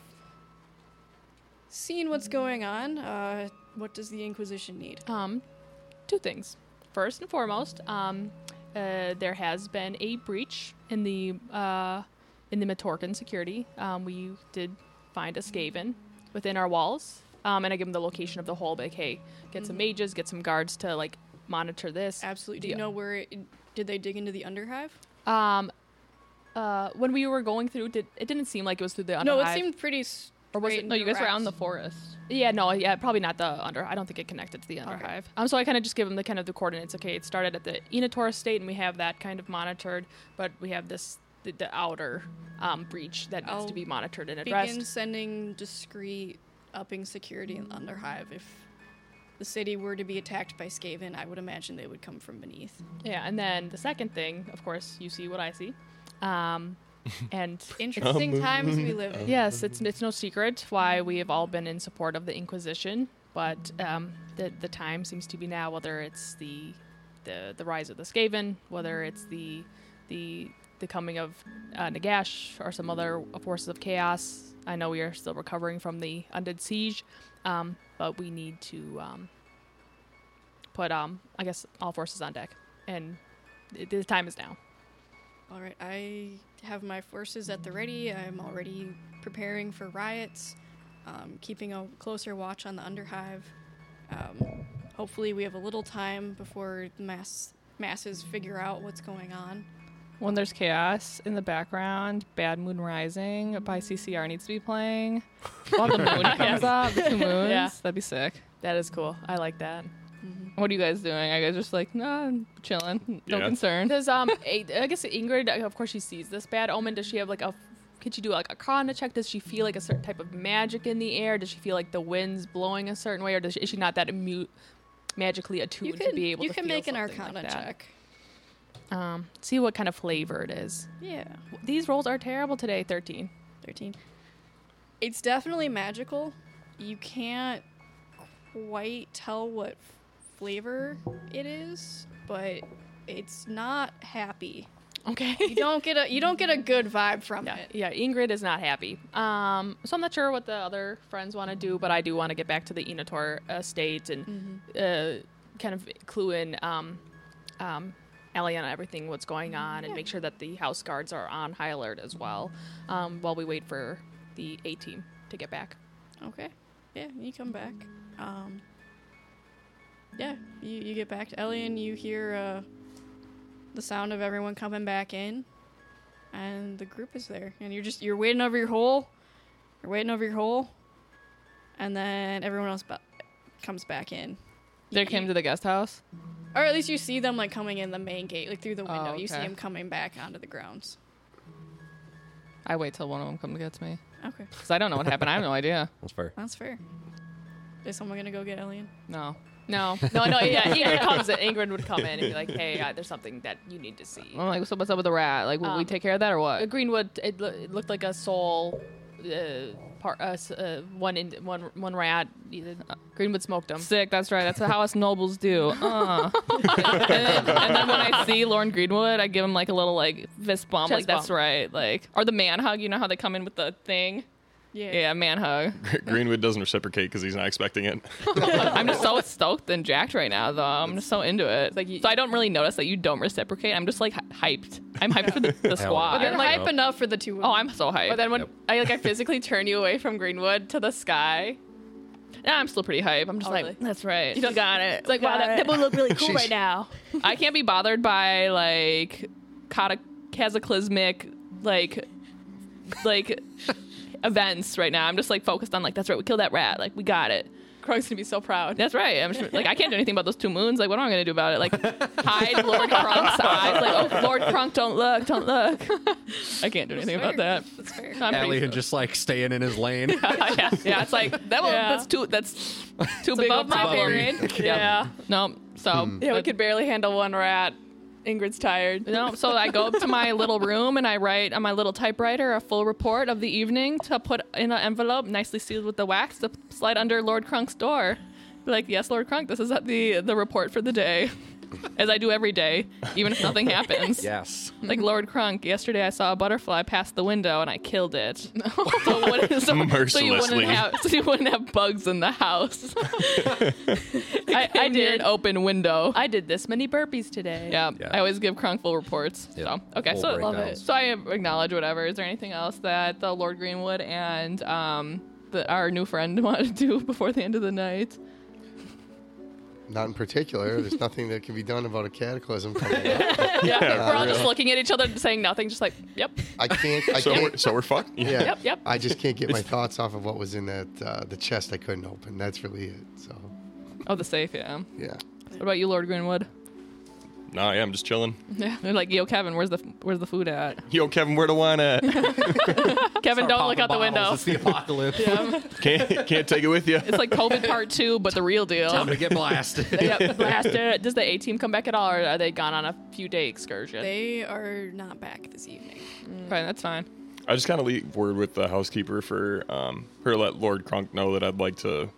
Speaker 4: seen what's going on? Uh, what does the Inquisition need?
Speaker 3: um, two things. First and foremost, um, uh, there has been a breach in the uh, in the Metorkan security. Um, we did find a Skaven within our walls, um, and I give him the location of the hole. Like, hey, get
Speaker 4: Mm-hmm.
Speaker 3: some mages, get some guards to like monitor this.
Speaker 4: Absolutely. Do you
Speaker 3: Yeah.
Speaker 4: know where? It, did they dig into the Underhive?
Speaker 3: Um, uh, when we were going through, did it didn't seem like it was through the
Speaker 4: No, it
Speaker 3: Underhive.
Speaker 4: seemed pretty s-
Speaker 3: Or was
Speaker 4: Right
Speaker 3: it? No, you guys were out in the
Speaker 4: direct.
Speaker 3: forest. Yeah, no, yeah, probably not the under. I don't think it connected to the underhive. Um, so I kind of just give them the kind of the coordinates. Okay, it started at the Enotaurus state, and we have that kind of monitored, but we have this the, the outer um, breach that needs
Speaker 4: I'll
Speaker 3: to be monitored and addressed.
Speaker 4: Begin sending discreet upping security in the Underhive. If the city were to be attacked by Skaven, I would imagine they would come from beneath.
Speaker 3: Yeah, and then the second thing, of course, you see what I see. Um, and
Speaker 4: Interesting times we live in.
Speaker 3: yes, it's it's no secret why we have all been in support of the Inquisition, but um, the the time seems to be now. Whether it's the the the rise of the Skaven, whether it's the the the coming of uh, Nagash or some other forces of chaos. I know we are still recovering from the undead siege, um, but we need to um, put um, I guess all forces on deck, and th- the time is now.
Speaker 4: All right, I have my forces at the ready. I'm already preparing for riots, um, keeping a closer watch on the Underhive. Um, hopefully, we have a little time before the mass masses figure out what's going on.
Speaker 6: When there's chaos in the background, Bad Moon Rising by CCR needs to be playing. While the moon comes up, the two moons.
Speaker 3: Yeah.
Speaker 6: That'd be sick.
Speaker 3: That is cool. I like that.
Speaker 6: What are you guys doing? Are you guys just like, nah, I'm chilling, no
Speaker 2: Yeah.
Speaker 6: concern?
Speaker 3: Does um, a, I guess Ingrid, uh, of course, she sees this bad omen. Does she have like a? Could she do like a Kana check? Does she feel like a certain type of magic in the air? Does she feel like the winds blowing a certain way, or does she, is she not that immu- magically attuned
Speaker 4: You can
Speaker 3: to be able
Speaker 4: you
Speaker 3: to
Speaker 4: can
Speaker 3: feel
Speaker 4: make an
Speaker 3: something like
Speaker 4: Arcana
Speaker 3: that?
Speaker 4: check.
Speaker 3: Um, see what kind of flavor it is.
Speaker 4: Yeah.
Speaker 3: These rolls are terrible today. Thirteen.
Speaker 4: 13. It's definitely magical. You can't quite tell what f- flavor it is, but it's not happy.
Speaker 3: Okay.
Speaker 4: You don't get a you don't get a good vibe from
Speaker 3: Yeah,
Speaker 4: it.
Speaker 3: Eh, yeah, Ingrid is not happy. Um, so I'm not sure what the other friends want to do, but I do want to get back to the Enotor estate and uh, kind of clue in um, um, Ellie on everything what's going on and make sure that the house guards are on high alert as well um, while we wait for the A team to get back.
Speaker 4: Okay. Yeah, you come back. Um Yeah, you, you get back to Ellie and you hear uh the sound of everyone coming back in and the group is there and you're just you're waiting over your hole. You're waiting over your hole. And then everyone else bu- comes back in.
Speaker 6: They came to the guest house.
Speaker 4: Or at least you see them like coming in the main gate, like through the
Speaker 6: Oh,
Speaker 4: window. You see
Speaker 6: okay.
Speaker 4: them coming back onto the grounds.
Speaker 6: I wait till one of them comes and gets me.
Speaker 4: Okay,
Speaker 6: Because I don't know what happened. I have no idea.
Speaker 1: That's fair.
Speaker 4: that's fair. Is someone gonna go get Elian?
Speaker 6: No.
Speaker 3: No, no, no. Yeah, Ingrid comes. In. Ingrid would come in and be like, "Hey, uh, there's something that you need to see."
Speaker 6: I'm like, so what's up with the rat? Like, will we
Speaker 3: Um,
Speaker 6: take care of that or
Speaker 3: Uh,
Speaker 6: what?
Speaker 3: Greenwood, it, loo- it looked like a soul, uh, par- uh, s- uh, one in one one rat. uh, Greenwood smoked them.
Speaker 6: Sick, that's right. That's how us nobles do. Uh. and, then, and then when I see Lauren Greenwood, I give him like a little like fist bump.
Speaker 3: Chest
Speaker 6: like, that's
Speaker 3: bump.
Speaker 6: right. Like, or the man hug. You know how they come in with the thing? Yeah, man hug.
Speaker 2: Greenwood doesn't reciprocate because he's not expecting it.
Speaker 6: I'm just so stoked and jacked right now, though. I'm just so into it.
Speaker 3: like you-
Speaker 6: so I don't really notice that you don't reciprocate. I'm just like hy- hyped. I'm hyped for the, the squad.
Speaker 1: yeah.
Speaker 4: They're
Speaker 1: They're
Speaker 6: I'm like,
Speaker 4: hype enough for the two of them.
Speaker 6: oh, I'm so hyped.
Speaker 3: But then when
Speaker 1: Yep.
Speaker 3: I like I physically turn you away from Greenwood to the sky,
Speaker 6: Nah, I'm still pretty hype. I'm just
Speaker 3: Oh,
Speaker 6: like,
Speaker 3: really?
Speaker 6: that's right.
Speaker 3: you don't got it. It's like wow,
Speaker 6: Got
Speaker 3: that
Speaker 6: it.
Speaker 3: nipple look really cool
Speaker 5: She's-
Speaker 3: right now.
Speaker 6: I can't be bothered by like cata- cataclysmic like like events right now. I'm just like focused on like that's right, we killed that rat. Like we got it.
Speaker 3: Krog's gonna be so proud.
Speaker 6: That's right. I'm just, like I can't do anything about those two moons. Like what am I gonna do about it? Like hide Lord Crunk's eyes. Like oh Lord Crunk, don't look, don't look. I can't do anything about that.
Speaker 4: That's fair.
Speaker 6: I'm pretty-
Speaker 1: Alien just like staying in his lane.
Speaker 6: yeah, yeah, it's like that. One,
Speaker 3: Yeah.
Speaker 6: That's too. That's too big.
Speaker 3: above
Speaker 6: of a
Speaker 3: my
Speaker 6: problem.
Speaker 3: pay grade. Yeah,
Speaker 6: No. So
Speaker 3: yeah, we could barely handle one rat. Ingrid's tired.
Speaker 6: No, so I go up to my little room and I write on my little typewriter a full report of the evening to put in an envelope, nicely sealed with the wax, to slide under Lord Crunk's door. Be like, yes, Lord Crunk, this is the the report for the day, as I do every day, even if nothing happens.
Speaker 1: yes.
Speaker 6: Like Lord Crunk, yesterday I saw a butterfly pass the window and I killed it. so, what, so, so you
Speaker 2: Mercilessly.
Speaker 6: wouldn't have so you wouldn't have bugs in the house. I, I did an open window.
Speaker 3: I did this many burpees today.
Speaker 6: Yeah,
Speaker 1: Yeah.
Speaker 6: I always give Crunk full reports.
Speaker 1: Yeah,
Speaker 6: So okay,
Speaker 1: full
Speaker 6: so
Speaker 1: breakdowns.
Speaker 6: so I acknowledge whatever. Is there anything else that the Lord Greenwood and um the, our new friend want to do before the end of the night?
Speaker 5: Not in particular. There's nothing that can be done about a cataclysm coming up.
Speaker 6: yeah,
Speaker 2: Yeah,
Speaker 6: we're all
Speaker 2: for
Speaker 6: just
Speaker 2: real.
Speaker 6: looking at each other, and saying nothing, just like, yep,
Speaker 5: I can't. I
Speaker 2: So
Speaker 5: can't.
Speaker 2: we're, so we're fucked.
Speaker 5: yeah.
Speaker 6: Yep, yep.
Speaker 5: I just can't get my thoughts off of what was in that uh, the chest I couldn't open. That's really it. So
Speaker 6: oh, the safe, yeah.
Speaker 5: yeah.
Speaker 6: What about you, Lord Greenwood?
Speaker 2: Nah, yeah, I'm just chilling.
Speaker 6: Yeah, they're like, yo, Kevin, where's the where's the food at?
Speaker 2: Yo, Kevin, where the wine at?
Speaker 6: Kevin, don't look out the window.
Speaker 8: It's the apocalypse.
Speaker 2: Can't can't take it with you.
Speaker 6: It's like COVID part two, but the real deal.
Speaker 8: I'm gonna get blasted.
Speaker 6: yep, blast it. Does the A team come back at all, or are they gone on a few day excursion?
Speaker 4: They are not back this evening.
Speaker 6: Fine, that's fine.
Speaker 2: I just kind of leave word with the housekeeper for um, her to let Lord Crunk know that I'd like to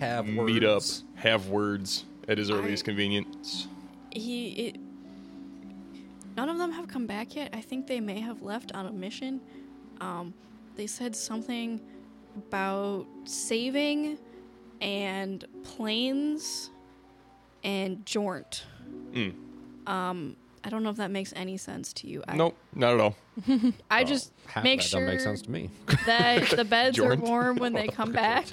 Speaker 8: Have
Speaker 2: meet up,
Speaker 8: words.
Speaker 2: have words at his earliest
Speaker 4: I-
Speaker 2: convenience.
Speaker 4: He. It, none of them have come back yet. I think they may have left on a mission. Um, they said something about saving and planes and jort. Um, I don't know if that makes any sense to you. I,
Speaker 2: Nope, not at all.
Speaker 4: I just
Speaker 1: Half
Speaker 4: make
Speaker 1: that
Speaker 4: sure
Speaker 1: don't make sense to me.
Speaker 4: that the beds are
Speaker 2: Jornt.
Speaker 4: warm when they come back,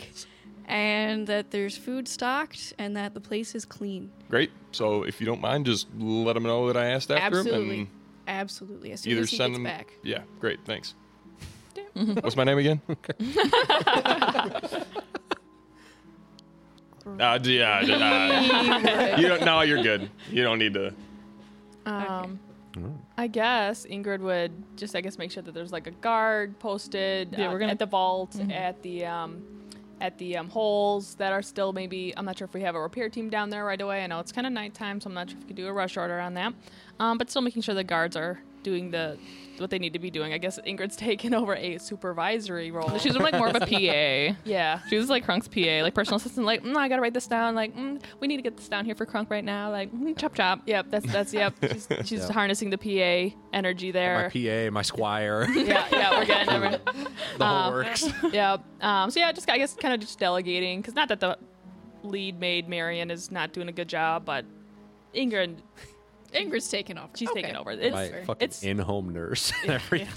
Speaker 4: and that there's food stocked, and that the place is clean.
Speaker 2: Great. So if you don't mind, just let him know that I asked after
Speaker 4: Absolutely.
Speaker 2: him
Speaker 4: Absolutely. As
Speaker 2: and
Speaker 4: soon
Speaker 2: either
Speaker 4: as he
Speaker 2: send
Speaker 4: gets
Speaker 2: him
Speaker 4: back.
Speaker 2: Yeah, great. Thanks. What's my name again? uh, d- yeah, d- uh, you don't. No, you're good. You don't need to.
Speaker 6: Um, I guess Ingrid would just, I guess, make sure that there's like a guard posted.
Speaker 3: Yeah,
Speaker 6: uh,
Speaker 3: we're gonna- Mm-hmm.
Speaker 6: at the vault, at the um, at the um, holes that are still maybe. I'm not sure if we have a repair team down there right away. I know it's kind of nighttime, so I'm not sure if we could do a rush order on that. Um, but still making sure the guards are doing the what they need to be doing. I guess Ingrid's taken over a supervisory role.
Speaker 3: She's like more of a PA.
Speaker 6: yeah.
Speaker 3: She was like Crunk's PA, like personal assistant. Like, mm, I gotta write this down. Like, mm, we need to get this down here for Crunk right now. Like, mm, chop chop.
Speaker 6: Yep, that's that's yep. She's, she's
Speaker 1: Yeah.
Speaker 6: harnessing the PA energy there.
Speaker 1: My PA, my squire, the
Speaker 6: yeah, yeah, we're getting over.
Speaker 1: whole
Speaker 6: Uh,
Speaker 1: works.
Speaker 6: yeah. Um, so yeah, just I guess kind of just delegating because not that the lead maid Marion is not doing a good job, but Ingrid,
Speaker 4: Ingrid's taken off.
Speaker 6: she's taking over. It's,
Speaker 1: My fucking
Speaker 6: it's
Speaker 1: in-home nurse. and everything.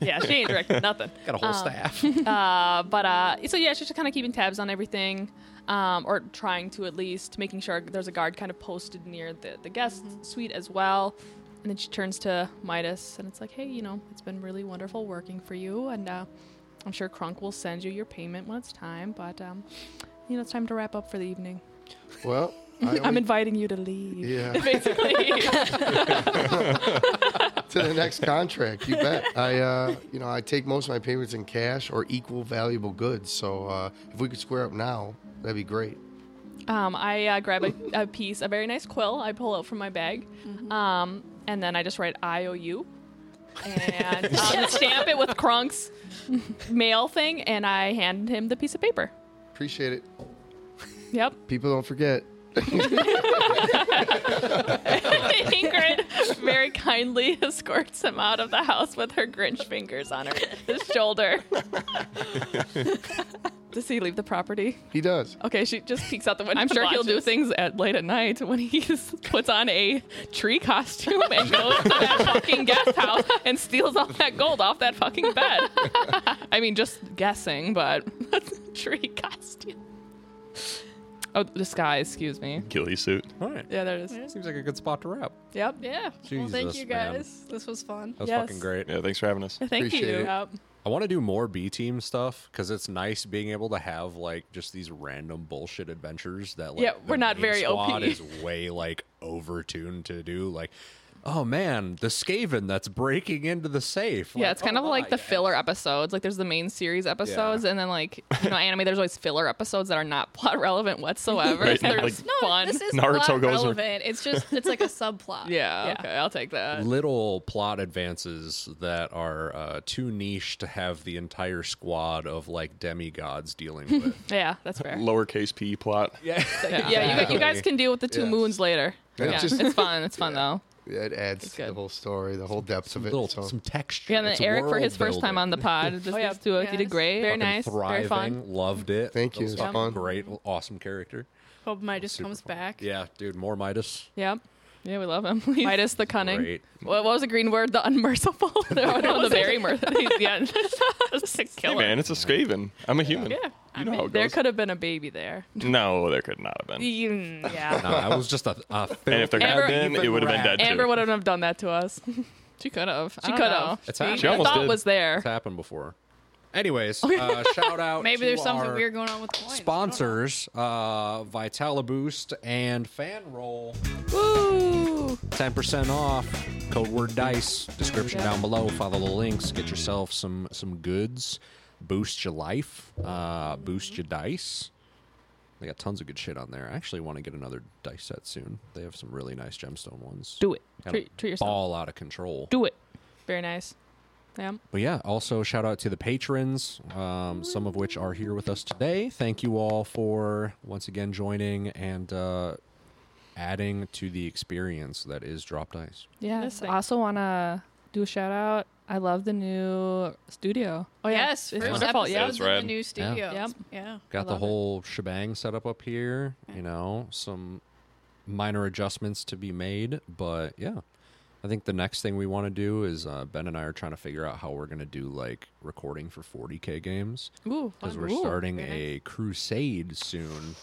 Speaker 6: yeah, Um. she ain't directing nothing.
Speaker 8: Got a whole staff.
Speaker 6: Uh, but uh, so yeah, she's just kind of keeping tabs on everything, um, or trying to at least, making sure there's a guard kind of posted near the the guest suite as well. And then she turns to Midas and it's like, hey, you know, it's been really wonderful working for you, and uh, I'm sure Krunk will send you your payment when it's time. But um, you know, it's time to wrap up for the evening.
Speaker 5: Well, I
Speaker 6: I'm
Speaker 5: only-
Speaker 6: inviting you to leave.
Speaker 5: yeah
Speaker 6: Basically,
Speaker 5: to the next contract. You bet. I uh, you know I take most of my payments in cash or equal valuable goods. So uh, if we could square up now, that'd be great.
Speaker 6: um, I uh, grab a, a piece, a very nice quill. I pull out from my bag, um, and then I just write IOU, and um, stamp it with Krunk's mail thing, and I hand him the piece of paper.
Speaker 5: Appreciate it.
Speaker 6: Yep,
Speaker 5: People don't forget.
Speaker 6: Ingrid very kindly escorts him out of the house with her Grinch fingers on her his shoulder. Does he leave the property?
Speaker 5: He does.
Speaker 6: Okay, she just peeks out the window.
Speaker 3: I'm sure he'll do
Speaker 6: Watches.
Speaker 3: things at late at night when he puts on a tree costume and goes to that fucking guest house and steals all that gold off that fucking bed. I mean, just guessing, but tree costume. Oh, disguise, excuse me.
Speaker 2: Ghillie suit.
Speaker 1: All right.
Speaker 3: Yeah, there it is.
Speaker 1: Seems like a good spot to wrap.
Speaker 3: Yep.
Speaker 4: Yeah. well,
Speaker 1: Jesus,
Speaker 4: thank you
Speaker 1: man.
Speaker 4: guys. This was fun.
Speaker 1: That was
Speaker 3: Yes.
Speaker 1: fucking great.
Speaker 2: Yeah, thanks for having us.
Speaker 3: Thank
Speaker 5: Appreciate
Speaker 3: you.
Speaker 5: it.
Speaker 3: Yep.
Speaker 1: I want to do more B team stuff because it's nice being able to have like just these random bullshit adventures that like
Speaker 3: Yeah,
Speaker 1: the
Speaker 3: we're not
Speaker 1: main
Speaker 3: very OP.
Speaker 1: squad is way like overtuned to do like. Oh man, the Skaven that's breaking into the safe. oh,
Speaker 3: Yeah, it's kind of like the filler episodes. Like there's the main series episodes, and then like you know, anime. There's always filler episodes that are not plot relevant whatsoever.
Speaker 2: Right,
Speaker 3: so they're
Speaker 2: like-
Speaker 3: just
Speaker 4: No,
Speaker 3: fun.
Speaker 4: this is
Speaker 2: Naruto
Speaker 4: plot
Speaker 2: goes-
Speaker 4: relevant. It's just it's like a subplot.
Speaker 3: yeah,
Speaker 6: Yeah.
Speaker 3: Okay, I'll take that.
Speaker 1: little plot advances that are uh, too niche to have the entire squad of like demigods dealing with.
Speaker 6: yeah, that's fair.
Speaker 2: Lowercase p plot.
Speaker 1: yeah,
Speaker 3: Yeah, you, gu- you guys can deal with the two
Speaker 5: Yes.
Speaker 3: moons later.
Speaker 5: Yeah.
Speaker 3: Yeah,
Speaker 5: Just-
Speaker 3: it's fun. It's fun though.
Speaker 5: It adds to the
Speaker 3: good.
Speaker 5: whole story, the whole depth of it.
Speaker 1: little
Speaker 5: so.
Speaker 1: some texture.
Speaker 3: Yeah, and then
Speaker 1: It's
Speaker 3: Eric for his
Speaker 1: world
Speaker 3: first time on the pod. Just
Speaker 6: Oh, yeah.
Speaker 3: these two, he did
Speaker 4: Yes.
Speaker 3: great.
Speaker 1: building.
Speaker 6: Very nice.
Speaker 1: Fucking thriving,
Speaker 6: Very fun.
Speaker 1: loved it.
Speaker 5: Thank
Speaker 1: That
Speaker 5: you,
Speaker 1: was
Speaker 5: it was
Speaker 1: fucking
Speaker 5: fun.
Speaker 1: Great, awesome character.
Speaker 4: Hope Midas
Speaker 1: Super
Speaker 4: comes
Speaker 1: fun.
Speaker 4: back.
Speaker 1: Yeah, dude, more Midas.
Speaker 6: Yep. Yeah, we love him. He's-
Speaker 3: Midas the cunning.
Speaker 1: Great.
Speaker 6: what, what was the green word? The unmerciful. Oh, no, the very mer- mirth. He's- Yeah, just a
Speaker 2: Hey,
Speaker 6: killer.
Speaker 2: man, it's a Skaven. I'm a human.
Speaker 6: Yeah,
Speaker 2: You
Speaker 6: I
Speaker 2: know
Speaker 6: mean,
Speaker 2: how it
Speaker 6: there
Speaker 2: goes.
Speaker 6: could have been a baby there.
Speaker 2: No, there could not have been.
Speaker 6: Mm, yeah,
Speaker 1: No, that was just a, a
Speaker 2: And if there
Speaker 1: filthy-
Speaker 2: had
Speaker 6: Amber-
Speaker 2: been, it would have been
Speaker 8: Rat.
Speaker 2: dead too.
Speaker 6: Amber wouldn't have done that to us.
Speaker 3: She could have.
Speaker 6: She could have.
Speaker 1: It's
Speaker 6: The
Speaker 1: happened.
Speaker 2: She almost
Speaker 6: thought
Speaker 2: did.
Speaker 6: was there.
Speaker 1: It's happened before. Anyways, uh, shout out.
Speaker 4: Maybe
Speaker 1: to
Speaker 4: there's something
Speaker 1: our
Speaker 4: weird going on with the coins.
Speaker 1: Sponsors, uh, Vitala Boost and Fan Roll.
Speaker 6: Woo!
Speaker 1: 10% off. Code word dice. Description down below. Follow the links. Get yourself some some goods. Boost your life. Uh, boost your dice. They got tons of good shit on there. I actually want to get another dice set soon. They have some really nice gemstone ones.
Speaker 6: Do it.
Speaker 1: Kinda
Speaker 6: Treat, treat yourself.
Speaker 1: Ball out of control.
Speaker 6: Do it. Very nice. Yeah.
Speaker 1: But yeah, also shout out to the patrons, um, some of which are here with us today. Thank you all for once again joining and uh, adding to the experience that is Drop Dice.
Speaker 6: Yes.
Speaker 4: Yes,
Speaker 6: I also want to do a shout out. I love the new studio.
Speaker 4: Oh, yes,
Speaker 6: It's
Speaker 4: first
Speaker 6: wonderful. Yeah.
Speaker 4: episodes
Speaker 2: That's rad.
Speaker 4: in the new studio.
Speaker 6: Yep.
Speaker 4: Yeah.
Speaker 1: Got the
Speaker 6: love it.
Speaker 1: whole shebang set up up here, you know, some minor adjustments to be made. But yeah, I think the next thing we want to do is uh, Ben and I are trying to figure out how we're going to do like recording for 40K games.
Speaker 6: Ooh.
Speaker 1: because
Speaker 6: fun.
Speaker 1: we're
Speaker 6: Ooh,
Speaker 1: starting
Speaker 6: very nice.
Speaker 1: a crusade soon.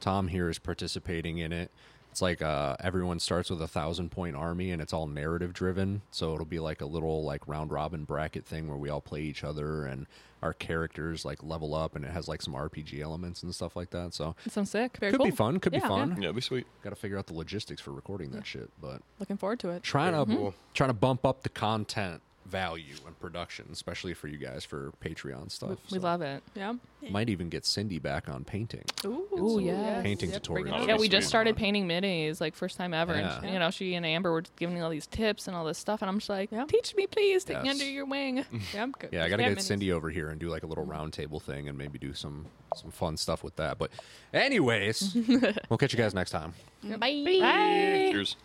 Speaker 1: Tom here is participating in it. It's like uh, everyone starts with a thousand point army, and it's all narrative driven. So it'll be like a little like round robin bracket thing where we all play each other, and our characters like level up, and it has like some RPG elements and stuff like that. So
Speaker 6: That sounds sick. Very
Speaker 1: could
Speaker 6: cool.
Speaker 1: be fun. Could be
Speaker 6: Yeah.
Speaker 1: fun.
Speaker 2: Yeah, it'd be sweet.
Speaker 1: Got to figure out the logistics for recording that shit, but
Speaker 6: Looking forward to it.
Speaker 1: trying to
Speaker 5: Very cool.
Speaker 1: trying to bump up the content value and production, especially for you guys for Patreon stuff.
Speaker 6: We
Speaker 1: So
Speaker 6: love it.
Speaker 3: Yeah.
Speaker 1: Might even get Cindy back on painting.
Speaker 3: Ooh.
Speaker 6: Ooh, yes.
Speaker 1: painting
Speaker 3: Oh, Yep, bring it
Speaker 1: tutorial.
Speaker 2: up.
Speaker 6: Yeah, we
Speaker 2: Sweet.
Speaker 6: just started painting minis like first time ever.
Speaker 1: Yeah.
Speaker 6: And, you know, she and Amber were giving me all these tips and all this stuff, and I'm just like,
Speaker 3: Yeah.
Speaker 6: "Teach me, please. Take me
Speaker 1: Yes.
Speaker 6: under your wing."
Speaker 3: Yeah, I'm good.
Speaker 1: Yeah, I gotta
Speaker 6: Yeah,
Speaker 1: get
Speaker 6: minis.
Speaker 1: Cindy over here and do like a little
Speaker 6: Mm.
Speaker 1: round table thing and maybe do some some fun stuff with that. But anyways, we'll catch you guys next time.
Speaker 4: Bye.
Speaker 6: Bye.
Speaker 2: Cheers.